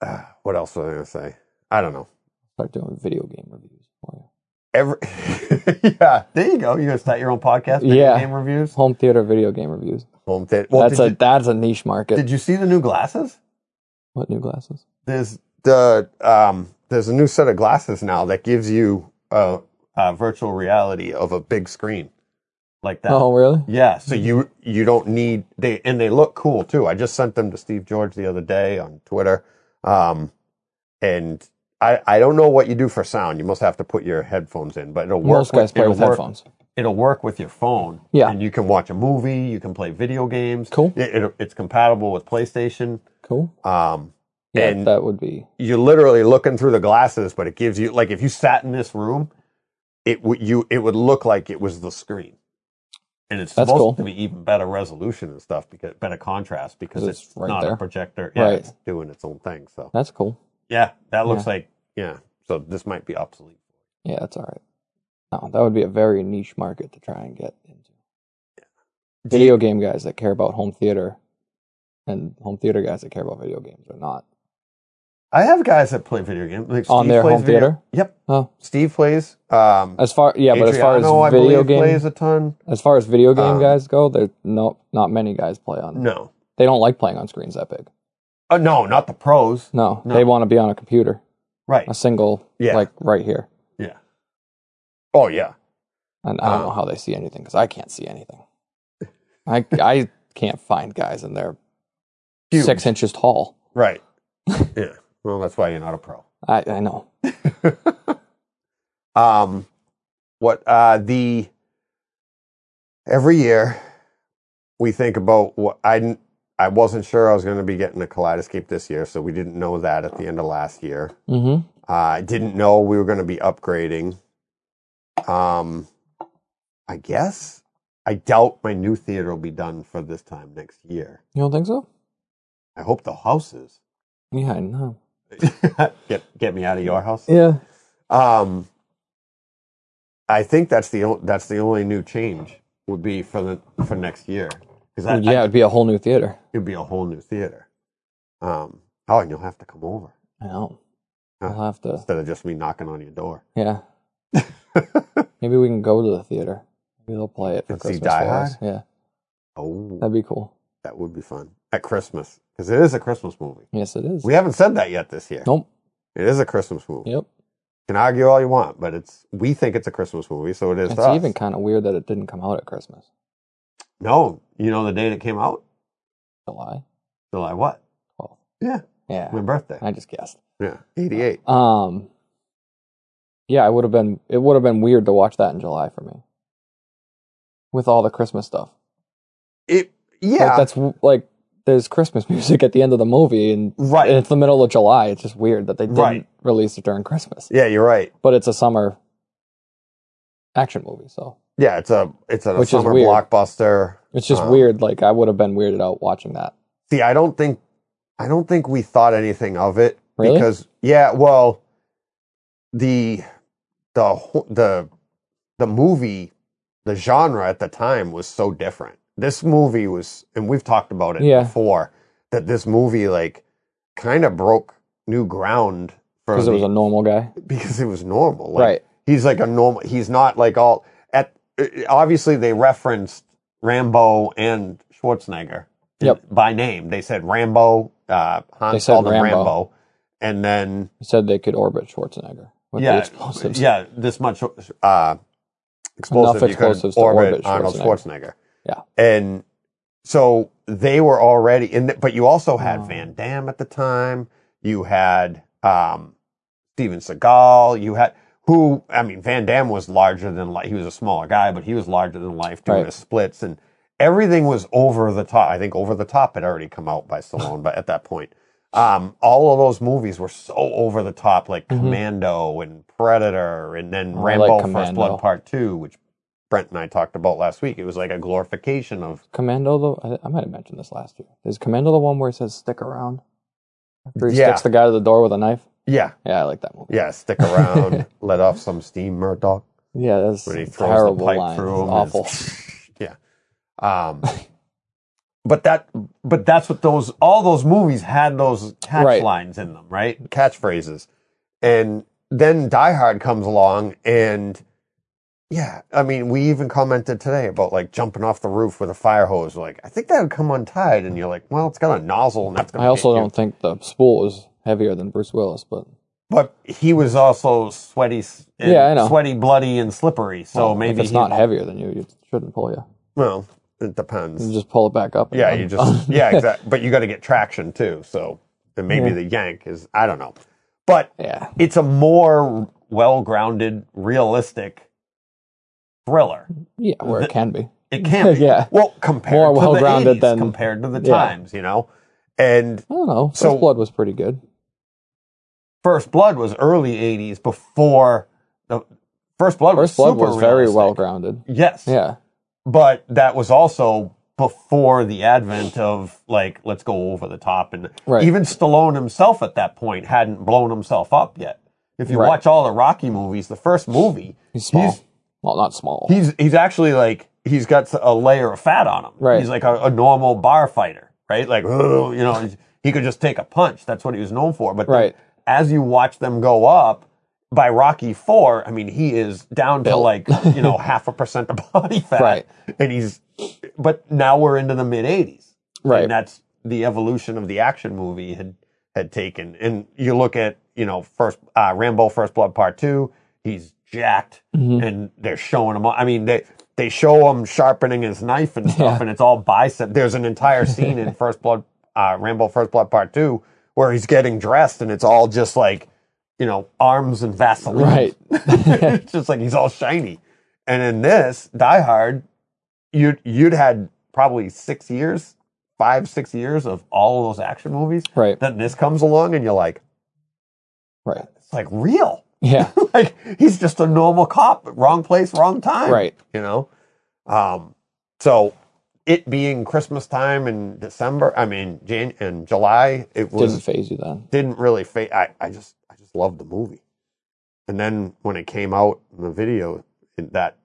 B: uh, what else was I going to say? I don't know.
C: Start doing video game reviews. for
B: Every, <laughs> yeah, there you go. You're going to start your own podcast? video
C: Yeah.
B: Game
C: you.
B: reviews?
C: Home theater video game reviews.
B: Home thea- Well,
C: that's
B: did,
C: a
B: you,
C: that's a niche market.
B: did you see the new glasses?
C: what new glasses?
B: There's the, um, there's a new set of glasses now that gives you a, a virtual reality of a big screen like that.
C: Oh, really?
B: Yeah, so you you don't need they and they look cool too. I just sent them to Steve George the other day on Twitter, um, and I I don't know what you do for sound. You must have to put your headphones in, but it'll work.
C: Most guys play
B: it'll
C: with
B: work-
C: headphones.
B: It'll work with your phone.
C: Yeah.
B: and you can watch a movie. You can play video games.
C: Cool.
B: It, it- it's compatible with PlayStation.
C: Cool.
B: Um,
C: Yeah,
B: and
C: that would be
B: you're literally looking through the glasses, but it gives you like if you sat in this room, it would you it would look like it was the screen, and it's
C: That's
B: supposed
C: cool.
B: to be even better resolution and stuff because better contrast because it's,
C: Because it's right
B: not a
C: there.
B: projector. Yeah,
C: Right.
B: it's doing its own thing. So
C: that's cool.
B: yeah, that looks
C: Yeah.
B: like yeah. So this might be obsolete.
C: Yeah, that's all right. No, that would be a very niche market to try and get into. Video game guys that care about home theater and home theater guys that care about video games are not.
B: I have guys that play video games like
C: On
B: Steve
C: their
B: plays
C: home
B: video-
C: theater?
B: Yep,
C: Oh,
B: Steve plays. Um,
C: as far yeah, but as far
B: Adriano, I
C: as video
B: believe,
C: game
B: plays a ton.
C: as far as video game
B: Um,
C: guys go, there no not many guys play on.
B: No,
C: They don't like playing on screens that big.
B: uh, no, not the pros.
C: No,
B: No.
C: they want to be on a computer,
B: Right?
C: a single
B: Yeah.
C: like right here.
B: Yeah. Oh yeah.
C: And I don't
B: Um,
C: know how they see anything because I can't see anything. I
B: <laughs>
C: I can't find guys and they're
B: Huge.
C: six inches tall.
B: Right. yeah. Well, that's why you're not a pro.
C: I, I know.
B: Um, what uh, the every year we think about what I didn't- I wasn't sure I was going to be getting a kaleidoscape this year, so we didn't know that at the end of last year.
C: Mm-hmm.
B: Uh, I didn't know we were going to be upgrading. Um, I guess I doubt my new theater will be done for this time next year.
C: You don't think so?
B: I hope the house is.
C: Yeah, I know.
B: <laughs> get get me out of your house.
C: Yeah.
B: Um, I think that's the o- that's the only new change would be for the for next year because I, I,
C: yeah, it'd be a whole new theater.
B: it'd be a whole new theater. Um, oh, and you'll have to come over
C: I know.
B: Huh.
C: I'll have to.
B: instead of just me knocking on your door
C: Yeah.
B: <laughs>
C: Maybe we can go to the theater. Maybe they'll play it for
B: And see
C: Christmas
B: Die
C: for us.
B: Hard?
C: Yeah,
B: Oh,
C: that'd be cool.
B: that would be fun at Christmas because it is a Christmas movie.
C: Yes, it is.
B: We haven't said that yet this year.
C: Nope.
B: It is a Christmas movie.
C: Yep.
B: You can argue all you want, but it's we think it's a Christmas movie, so it is.
C: It's,
B: to us.
C: even kind of weird that it didn't come out at Christmas.
B: no, you know the date it came out,
C: July.
B: July what?
C: Twelve.
B: Yeah,
C: Yeah.
B: my birthday.
C: I just guessed.
B: Yeah, eighty-eight.
C: Um. Yeah, I would have been. It would have been weird to watch that in July for me. With all the Christmas stuff.
B: It yeah.
C: Like, that's w- like there's Christmas <laughs> music at the end of the movie, and
B: Right.
C: and it's the middle of July. It's just weird that they didn't
B: Right.
C: release it during Christmas.
B: Yeah, you're right.
C: But it's a summer action movie, so
B: Yeah, it's a it's a
C: Which is
B: summer
C: weird.
B: blockbuster.
C: it's just
B: Uh,
C: weird. Like I would have been weirded out watching that.
B: See, I don't think I don't think we thought anything of it
C: Really?
B: because yeah, well, the the wh- the the movie the genre at the time was so different. This movie was, and we've talked about it
C: Yeah.
B: before, that this movie like kind of broke new ground for
C: because it was
B: the-
C: a normal guy,
B: because it was normal. Like,
C: right?
B: he's like a normal he's not like all at uh, obviously they referenced rambo and schwarzenegger
C: Yep.
B: by name they said rambo uh han
C: They said
B: called him
C: Rambo.
B: rambo. and then
C: He said they could orbit Schwarzenegger with the
B: yeah
C: explosives.
B: yeah this much uh explosive you could
C: explosives to
B: orbit,
C: orbit
B: arnold schwarzenegger
C: Schwarzenegger. Yeah.
B: and so they were already in the, but you also had
C: Oh.
B: van damme at the time you had um Steven Seagal. You had who? I mean, Van Damme was larger than life. He was a smaller guy, but he was larger than life doing
C: Right.
B: his splits, and everything was over the top. I think Over the Top had already come out by Stallone, but at that point, um, all of those movies were so over the top, like
C: Mhm.
B: Commando and Predator, and then
C: I like
B: Rambo First
C: Commando.
B: Blood Part Two, which Brent and I talked about last week. It was like a glorification of
C: Commando though, I, I might have mentioned this last year. Is Commando the one where he says "stick around"? After he
B: Yeah.
C: sticks the guy to the door with a knife.
B: yeah,
C: Yeah, I like that movie.
B: yeah. Stick
C: <laughs>
B: around, let off some steam, Murdoch.
C: Yeah, that's
B: when he
C: a
B: throws
C: terrible
B: the pipe
C: line.
B: through him. <laughs>
C: It's awful.
B: it's- yeah.
C: <laughs>
B: Um, but that, but that's what those all those movies had those catch
C: Right.
B: lines in them, right? Catchphrases, and then Die Hard comes along, and yeah, I mean, we even commented today about like jumping off the roof with a fire hose. Like, I think that would come untied, and you're like, well, it's got a nozzle, and that's going
C: I
B: to.
C: also don't think the spool was heavier than Bruce Willis, but
B: But he was also sweaty, s- and
C: Yeah, I know.
B: sweaty, bloody, and slippery. So
C: well,
B: maybe
C: if it's
B: he-
C: not heavier than you, you shouldn't pull you.
B: Well, it depends.
C: You just pull it back up. and
B: Yeah,
C: run.
B: you
C: <laughs>
B: just yeah, exactly. But you got to get traction too. So and maybe
C: Yeah.
B: the yank is I don't know, but
C: yeah,
B: it's a more well-grounded, realistic thriller.
C: yeah, where it can be. <laughs>
B: It can be
C: Yeah.
B: well compared
C: More
B: to the
C: well-grounded
B: 80s,
C: than-
B: compared to the
C: yeah.
B: times, you know. And
C: I don't know. First
B: So-
C: Blood was pretty good.
B: First Blood was early '80s before the First Blood. was
C: First Blood
B: super
C: was very
B: realistic.
C: well grounded.
B: Yes.
C: Yeah,
B: but that was also before the advent of like let's go over the top and
C: Right.
B: even Stallone himself at that point hadn't blown himself up yet. If you
C: Right.
B: watch all the Rocky movies, the first movie,
C: he's small. well, not small.
B: he's he's, he's actually like he's got a layer of fat on him.
C: Right.
B: He's like a, a normal bar fighter, right? Like "Ugh," you know, he could just take a punch. That's what he was known for. But then
C: Right.
B: as you watch them go up by Rocky Four, I mean, he is down to
C: Built.
B: like you know <laughs> half a percent of body fat,
C: Right.
B: And he's, but now we're into the mid '80s,
C: Right.
B: And that's the evolution of the action movie had had taken. And you look at you know first uh, Rambo: First Blood Part Two, he's jacked,
C: Mm-hmm.
B: and they're showing him. I mean they. They show him sharpening his knife
C: <laughs>
B: and stuff,
C: Yeah.
B: and it's all bicep. There's an entire scene
C: <laughs>
B: in First Blood, uh, Rambo: First Blood Part Two, where he's getting dressed, and it's all just like you know, arms and Vaseline.
C: Right.
B: <laughs> it's just like he's all shiny. And in this, Die Hard, you'd you'd had probably six years, five, six years of all of those action movies.
C: Right.
B: Then this comes along and you're like,
C: Right.
B: it's like real. <laughs>
C: Yeah.
B: like he's just a normal cop, wrong place, wrong time.
C: Right.
B: You know? Um, so it being Christmas time in December, I mean Jan in July, it was
C: Didn't phase you then.
B: didn't really fa- I, I just I just loved the movie. And then when it came out in the video in that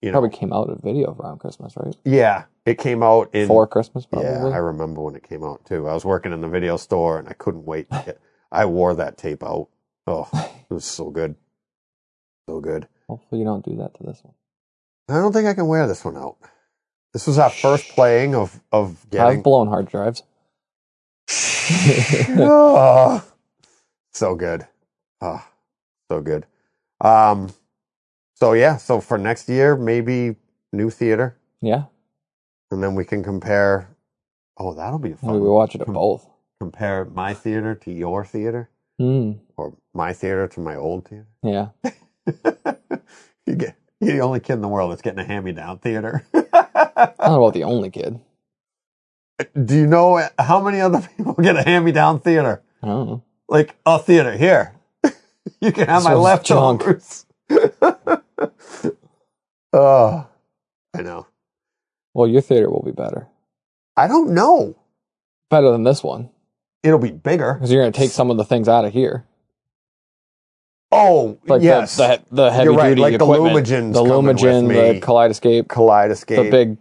B: you know
C: Probably came out a video around Christmas, right?
B: yeah, it came out in
C: Before Christmas, probably.
B: Yeah, I remember when it came out too. I was working in the video store and I couldn't wait. To get, <laughs> I wore that tape out. Oh, it was so good. So good.
C: Hopefully you don't do that to this one.
B: I don't think I can wear this one out. This was our first playing of of <laughs>
C: I've
B: getting.
C: blown hard drives. <laughs>
B: Oh, so good, oh, so good. Um, so yeah, so for next year maybe new theater,
C: Yeah.
B: and then we can compare. Oh, that'll be
C: Maybe
B: fun.
C: we watch
B: Hmm.
C: it at both.
B: Compare my theater to your theater,
C: Mm.
B: or my theater to my old theater. <laughs>
C: Yeah.
B: you get you're the only kid in the world that's getting a hand-me-down theater. <laughs>
C: I don't know about the only kid.
B: Do you know how many other <laughs> people get a hand-me-down theater?
C: I don't know.
B: like a theater here. <laughs> you can have
C: This
B: my
C: one's
B: leftovers. <laughs> oh, I know.
C: Well, your theater will be better.
B: I don't know.
C: Better than this one.
B: It'll be bigger.
C: Because you're going to take some of the things out of here.
B: Oh,
C: Like
B: yes.
C: the, the, the heavy
B: You're right,
C: duty
B: like the
C: equipment.
B: Lumigen's
C: the
B: coming with
C: Lumigen,
B: me.
C: the Kaleidoscape,
B: Kaleidoscape.
C: the big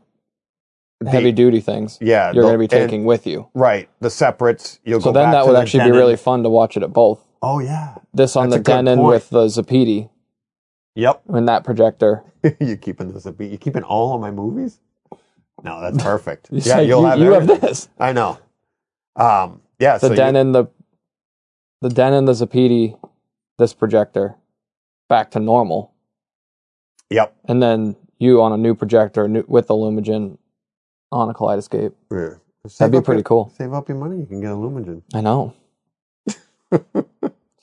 C: heavy duty things.
B: Yeah,
C: You're
B: the-
C: going to be taking with you.
B: and- right. The separates. You'll go
C: So then
B: back
C: that
B: to
C: would
B: the
C: actually be
B: Denon.
C: really fun to watch it at both.
B: Oh yeah.
C: This on
B: That's a
C: the
B: good
C: Denon
B: point.
C: with the Zapiti
B: Yep.
C: and that projector. <laughs>
B: <laughs> you're keeping this. a beat. You're keeping all of my movies. No,
C: <laughs>
B: that's perfect.
C: You
B: yeah,
C: said
B: you'll
C: you,
B: have.
C: you have
B: everything.
C: this.
B: I know. Um. Yeah.
C: The
B: so you-
C: Denon, the the Denon, the Zapiti, this projector, back to normal,
B: yep.
C: and then you on a new projector new, with the Lumigen on a Kaleidoscape.
B: Yeah.
C: That'd
B: Save
C: be
B: up
C: pretty
B: your-
C: cool.
B: <laughs> Save up your money. You can get a Lumigen. <laughs>
C: I know.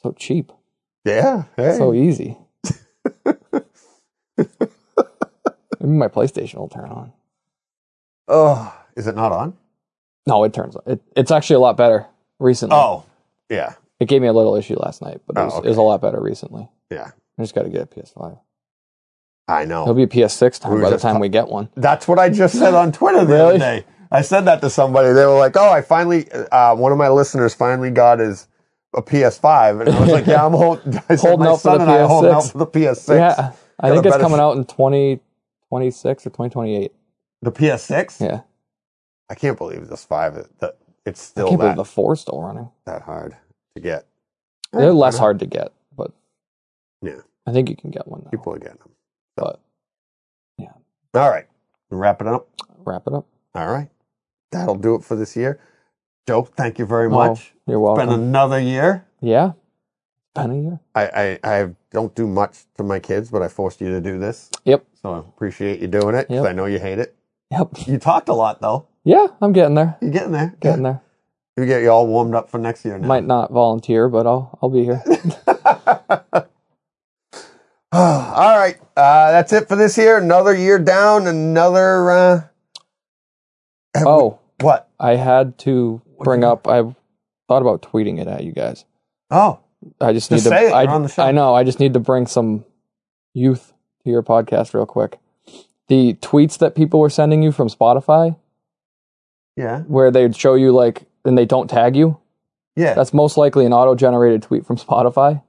C: so cheap,
B: Yeah. Hey.
C: so
B: <laughs>
C: easy. Maybe my PlayStation will turn on.
B: Oh, is it not on?
C: No, it turns. It, it's actually a lot better recently.
B: Oh, yeah,
C: It gave me a little issue last night, but it
B: Oh,
C: was, it was a lot better recently.
B: yeah.
C: I just got to get a PS5.
B: I
C: It'll
B: know.
C: be a PS6
B: We
C: time
B: were
C: by the
B: just
C: time
B: ta-
C: we get one.
B: That's what I just said on Twitter the other
C: Really?
B: day. I said that to somebody. They were like, "Oh, I finally, uh, one of my listeners finally got his a PS5," and I
C: <laughs>
B: was like, "Yeah, I'm hold, <laughs> I said,
C: Holding
B: my
C: out for
B: son
C: the
B: and I holding out
C: PS6.
B: for the PS6.
C: Yeah, I
B: Got
C: think
B: a
C: it's
B: better
C: coming
B: f-
C: out in 2026 or 2028.
B: The PS6.
C: Yeah,
B: I can't believe this five. is- That it's
C: I
B: still
C: can't believe
B: that,
C: the four's still running.
B: that hard to get.
C: They're less hard to get, but
B: Yeah.
C: I think you can get one now.
B: People are getting them.
C: But
B: All right, wrap it up.
C: wrap it up.
B: All right, that'll do it for this year. Joe, thank you very
C: Oh,
B: much.
C: you're
B: It's been
C: welcome.
B: another year.
C: yeah, been a year.
B: I, I, I don't do much to my kids, but I forced you to do this.
C: Yep,
B: So I appreciate you doing it because
C: Yep.
B: I know you hate it.
C: yep.
B: You talked a lot though.
C: Yeah, I'm getting there.
B: You're getting there.
C: Getting there.
B: We get you all warmed up for next year now.
C: Might not volunteer, but I'll I'll be
B: <laughs>
C: here.
B: <sighs> all right. Uh, that's it for this year. Another year down. Another. Uh, have we-
C: oh,
B: what?
C: I had to bring up. I thought about tweeting it at you guys.
B: Oh,
C: I just,
B: Just
C: need to.
B: say it,
C: I,
B: you're on the show.
C: I know. I just need to bring some youth to your podcast real quick. The tweets that people were sending you from Spotify,
B: yeah.
C: where they'd show you like, and they don't tag you.
B: Yeah.
C: That's most likely an auto-generated tweet from Spotify,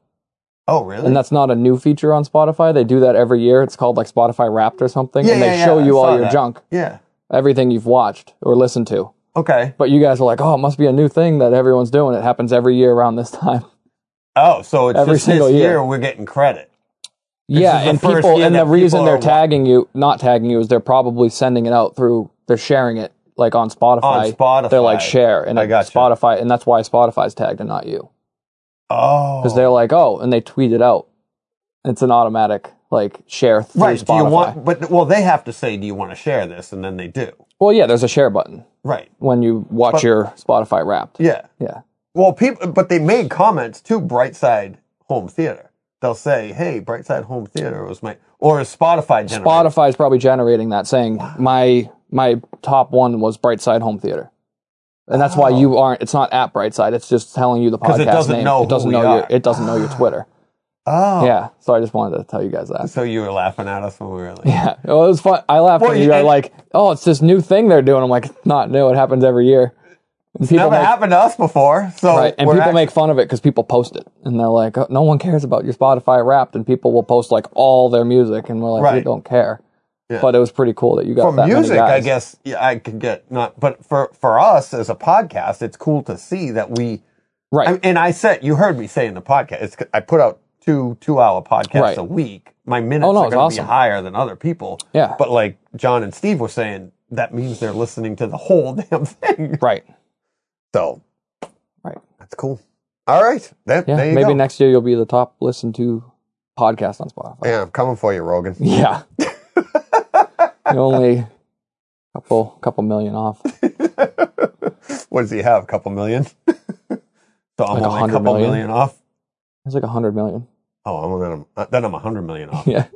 B: oh, really?
C: and that's not a new feature on Spotify. They do that every year. It's called like Spotify Wrapped or something,
B: Yeah,
C: and they
B: yeah,
C: show
B: yeah, I
C: you all
B: saw
C: your
B: that.
C: junk,
B: yeah.
C: everything you've watched or listened to.
B: Okay.
C: But you guys were like, "Oh, it must be a new thing that everyone's doing. It happens every year around this time."
B: Oh, so it's
C: Every
B: just this
C: single year.
B: year we're getting credit.
C: Yeah,
B: is the
C: and
B: first
C: people,
B: year
C: and
B: that
C: the reason
B: people are
C: they're
B: wa-
C: tagging you, not tagging you, is they're probably sending it out through, they're sharing it like on Spotify.
B: On Spotify.
C: they're like share, and
B: I
C: it-
B: gotcha.
C: Spotify, and that's why Spotify's tagged and not you,
B: Oh.
C: because they're like, oh, and they tweet it out. It's an automatic like share through
B: right.
C: Spotify.
B: Do you want? But well, they have to say, "Do you want to share this?" And then they do.
C: well, yeah, there's a share button
B: Right.
C: when you watch
B: But-
C: your Spotify Wrapped.
B: Yeah.
C: Yeah,
B: Well, people, but they made comments to Brightside home theater. They'll say, "Hey, Brightside Home Theater was my," or a Spotify generator.
C: Spotify is probably generating that saying my my top one was Brightside Home Theater, and that's why you aren't. It's not at Brightside. It's just telling you the
B: 'Cause
C: podcast
B: Oh. it doesn't
C: name.
B: know
C: it doesn't
B: who we
C: know your
B: are.
C: it doesn't know your Twitter.
B: Oh,
C: Yeah, so I just wanted to tell you
B: <laughs>
C: guys that. <laughs>
B: So you were laughing at us when we were like,
C: Yeah, well, it was fun. I laughed
B: Well,
C: when
B: you-
C: you were
B: and-
C: like, "Oh, it's this new thing they're doing." I'm like, "It's not new. It happens every year." And people
B: "Never
C: make,
B: happened to us before." So
C: right, and
B: we're
C: people
B: act-
C: make fun of it because people post it, and they're like, oh, "No one cares about your Spotify Wrapped," and people will post like all their music, and we're like, "We
B: Right.
C: don't care."
B: Yeah.
C: But it was pretty cool that you got
B: for
C: that many
B: music, I
C: guys.
B: guess yeah, I could get not, but for for us as a podcast, it's cool to see that we.
C: Right,
B: I, and I said you heard me say in the podcast. It's, I put out two two hour podcasts
C: Right.
B: a week. My minutes
C: Oh, no,
B: are
C: it's
B: going to
C: awesome.
B: be higher than other people.
C: Yeah.
B: But like John and Steve were saying, that means they're listening to the whole <laughs> damn thing.
C: right,
B: So
C: right.
B: that's cool. All right. That,
C: Yeah,
B: there you
C: maybe
B: go.
C: next year you'll be the top listened to podcast on Spotify.
B: yeah, I'm coming for you, Rogan. <laughs>
C: Yeah, you're only couple couple million off.
B: What does he have? A couple million? <laughs> so I'm
C: Like a
B: only a
C: hundred
B: couple
C: million?
B: million off.
C: It's like a hundred million. <laughs>
B: Oh, I'm only- uh, then I'm a hundred million off.
C: Yeah,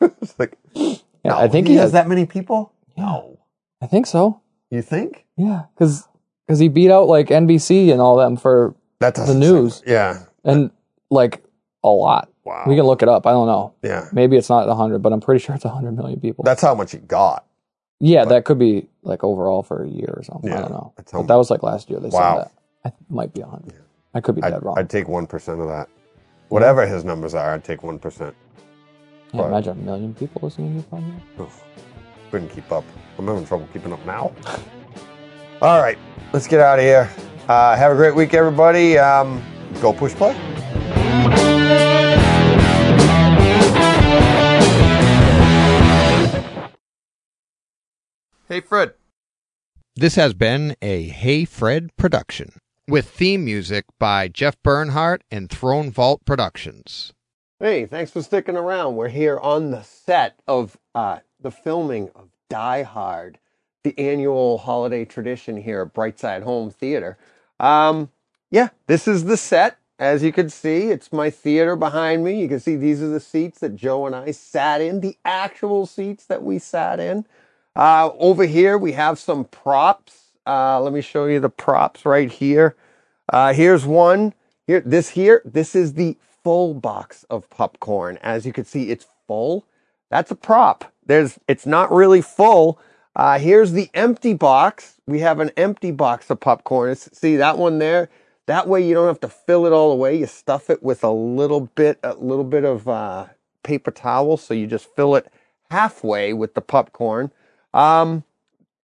B: It's like,
C: yeah.
B: no,
C: I think he,
B: Oh, has
C: has
B: that many people. No,
C: I think so.
B: you think?
C: Yeah, because he beat out like NBC and all them for
B: That doesn't sound-
C: news.
B: Yeah.
C: and like a lot.
B: Wow.
C: We can look it up. I don't know.
B: yeah.
C: Maybe it's not hundred, but I'm pretty sure it's hundred million people.
B: That's how much he got.
C: yeah, that could be like overall for a year or something. I
B: Yeah,
C: don't know.
B: that's how-
C: But that was like last year. They
B: Wow.
C: said that. I th- might be hundred. I could be
B: I'd,
C: dead wrong.
B: I'd take one percent of that. Whatever his numbers are, I'd take one percent.
C: Yeah, imagine a million people listening to your podcast.
B: Couldn't keep up. I'm having trouble keeping up
C: <laughs>
B: now. All right, let's get out of here. Uh, have a great week, everybody. Um, go push play.
E: Hey, Fred.
F: This has been a Hey Fred production with theme music by Jeff Bernhardt and Throne Vault Productions.
B: Hey, thanks for sticking around. We're here on the set of uh, the filming of Die Hard, the annual holiday tradition here at Brightside Home Theater. Um, yeah, this is the set. As you can see, it's my theater behind me. You can see these are the seats that Joe and I sat in, the actual seats that we sat in. Uh, over here, we have some props. Uh, let me show you the props right here. Uh, here's one. Here, this here, this is the full box of popcorn. As you can see, it's full. That's a prop. There's, it's not really full. Uh, here's the empty box. We have an empty box of popcorn. It's- see that one there? That way you don't have to fill it all away. You stuff it with a little bit, a little bit of uh, paper towel. So you just fill it halfway with the popcorn. Um,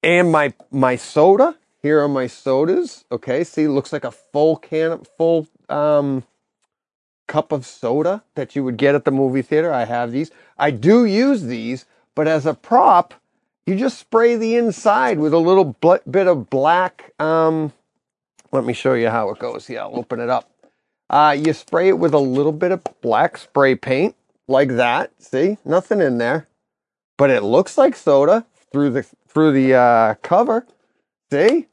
B: and my my soda here are my sodas okay see looks like a full can full um cup of soda that you would get at the movie theater i have these i do use these but as a prop you just spray the inside with a little bl- bit of black um let me show you how it goes yeah i'll open it up uh you spray it with a little bit of black spray paint like that see nothing in there but it looks like soda through the through the uh, cover. See,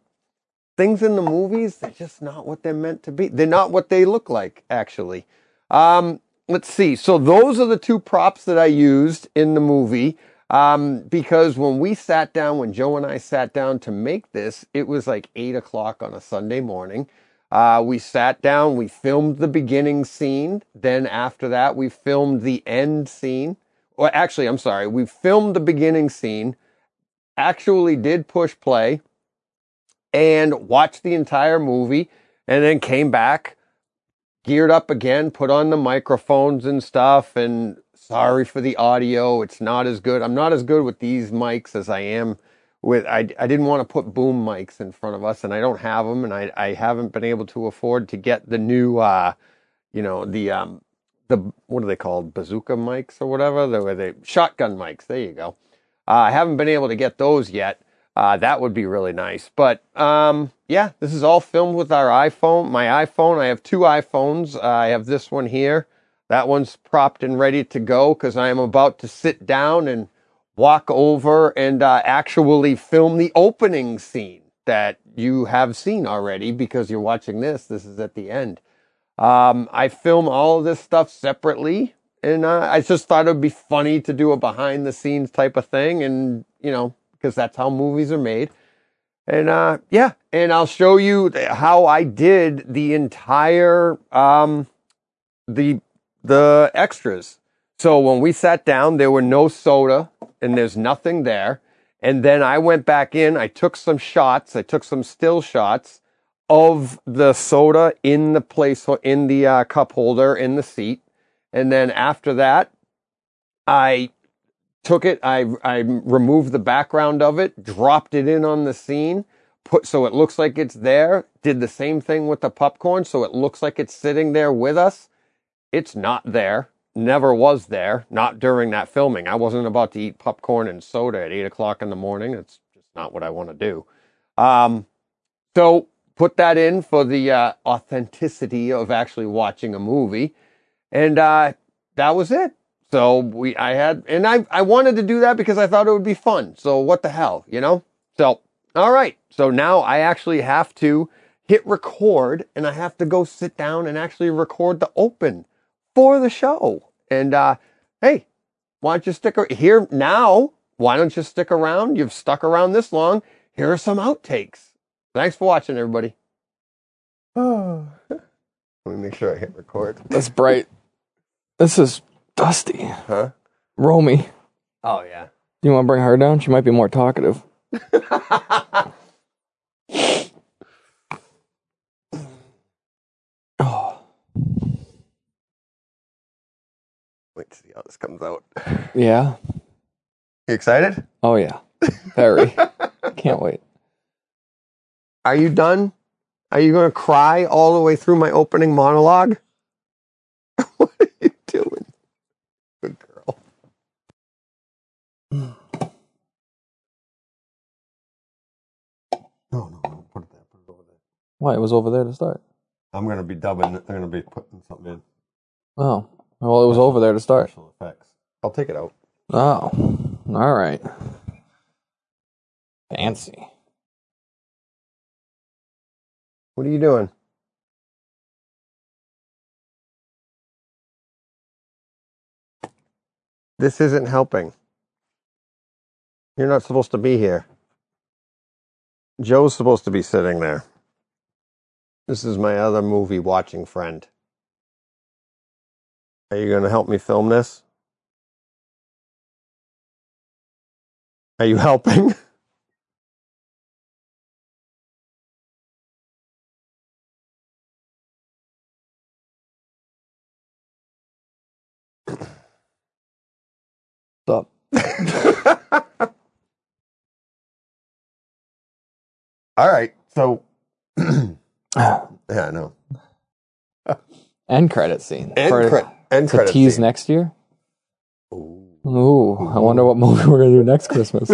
B: things in the movies they're just not what they're meant to be. They're not what they look like actually. Um, let's see. So those are the two props that I used in the movie. Um, because when we sat down, when Joe and I sat down to make this, it was like eight o'clock on a Sunday morning. Uh, we sat down, we filmed the beginning scene. Then after that, we filmed the end scene. Or actually, I'm sorry, we filmed the beginning scene, actually did push play, and watched the entire movie, and then came back, geared up again, put on the microphones and stuff. And sorry for the audio, it's not as good. I'm not as good with these mics as I am with. I, I didn't want to put boom mics in front of us, and I don't have them, and I, I haven't been able to afford to get the new, uh, you know, the um, the what are they called bazooka mics or whatever the way they shotgun mics there you go uh, i haven't been able to get those yet uh, that would be really nice but um, yeah this is all filmed with our iphone my iphone i have two iphones uh, i have this one here that one's propped and ready to go because i am about to sit down and walk over and uh, actually film the opening scene that you have seen already because you're watching this this is at the end
G: Um, I film all of this stuff separately, and uh, I just thought it would be funny to do a behind the scenes type of thing, and you know, because that's how movies are made. And uh, yeah, and I'll show you th- how I did the entire um, the the extras. So when we sat down, there were no soda, and there's nothing there. And then I went back in. I took some shots. I took some still shots of the soda in the place in the uh, cup holder in the seat. And then after that, I took it. I I removed the background of it, dropped it in on the scene, put so it looks like it's there. Did the same thing with the popcorn, so it looks like it's sitting there with us. It's not there. Never was there. Not during that filming. I wasn't about to eat popcorn and soda at eight o'clock in the morning. It's just not what I want to do. Um, so put that in for the uh, authenticity of actually watching a movie, and uh, that was it. So we, I had, and I, I wanted to do that because I thought it would be fun. So what the hell, you know? So, all right. So now I actually have to hit record and I have to go sit down and actually record the open for the show. And, uh, hey, why don't you stick ar- here now? Why don't you stick around? You've stuck around this long. Here are some outtakes. Thanks for watching, everybody. Oh, let me make sure I hit record.
C: That's bright. this is dusty.
G: Huh?
C: Romy.
G: Oh, yeah.
C: Do you want to bring her down? She might be more
G: <laughs>
C: talkative. oh,
G: Wait to see how this comes out.
C: yeah.
G: You excited?
C: Oh, yeah.
G: <laughs>
C: Very. Can't wait.
G: Are you done? Are you going to cry all the way through my opening monologue? <laughs> what are you doing? Good girl. No, no, no. Put it there. Put it over there.
C: Why? It was over there to start.
G: I'm going to be dubbing. I'm going to be putting something in.
C: Oh. Well, it was over there to start.
G: Special effects. I'll take it out.
C: Oh. All right. Fancy.
G: What are you doing? This isn't helping. You're not supposed to be here. Joe's supposed to be sitting there. This is my other movie watching friend. Are you going to help me film this? Are you helping? <laughs>
C: What's up?
G: All right. So, <clears throat> yeah, I know.
C: End credit scene.
G: End
C: For-
G: credit. End
C: to
G: credit.
C: tease
G: scene.
C: next year. Ooh, I wonder what movie we're gonna do next
G: <laughs>
C: Christmas.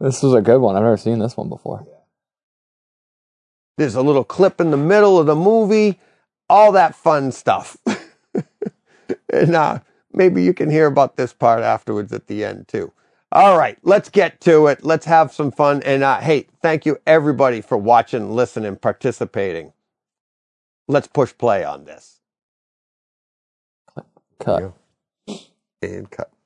C: this was a good one. I've never seen this one before.
G: There's a little clip in the middle of the movie, all that fun stuff. <laughs> and uh, maybe you can hear about this part afterwards at the end, too. All right, let's get to it. Let's have some fun. And uh, hey, thank you everybody for watching, listening, participating. Let's push play on this.
C: Cut.
G: Yeah. And cut.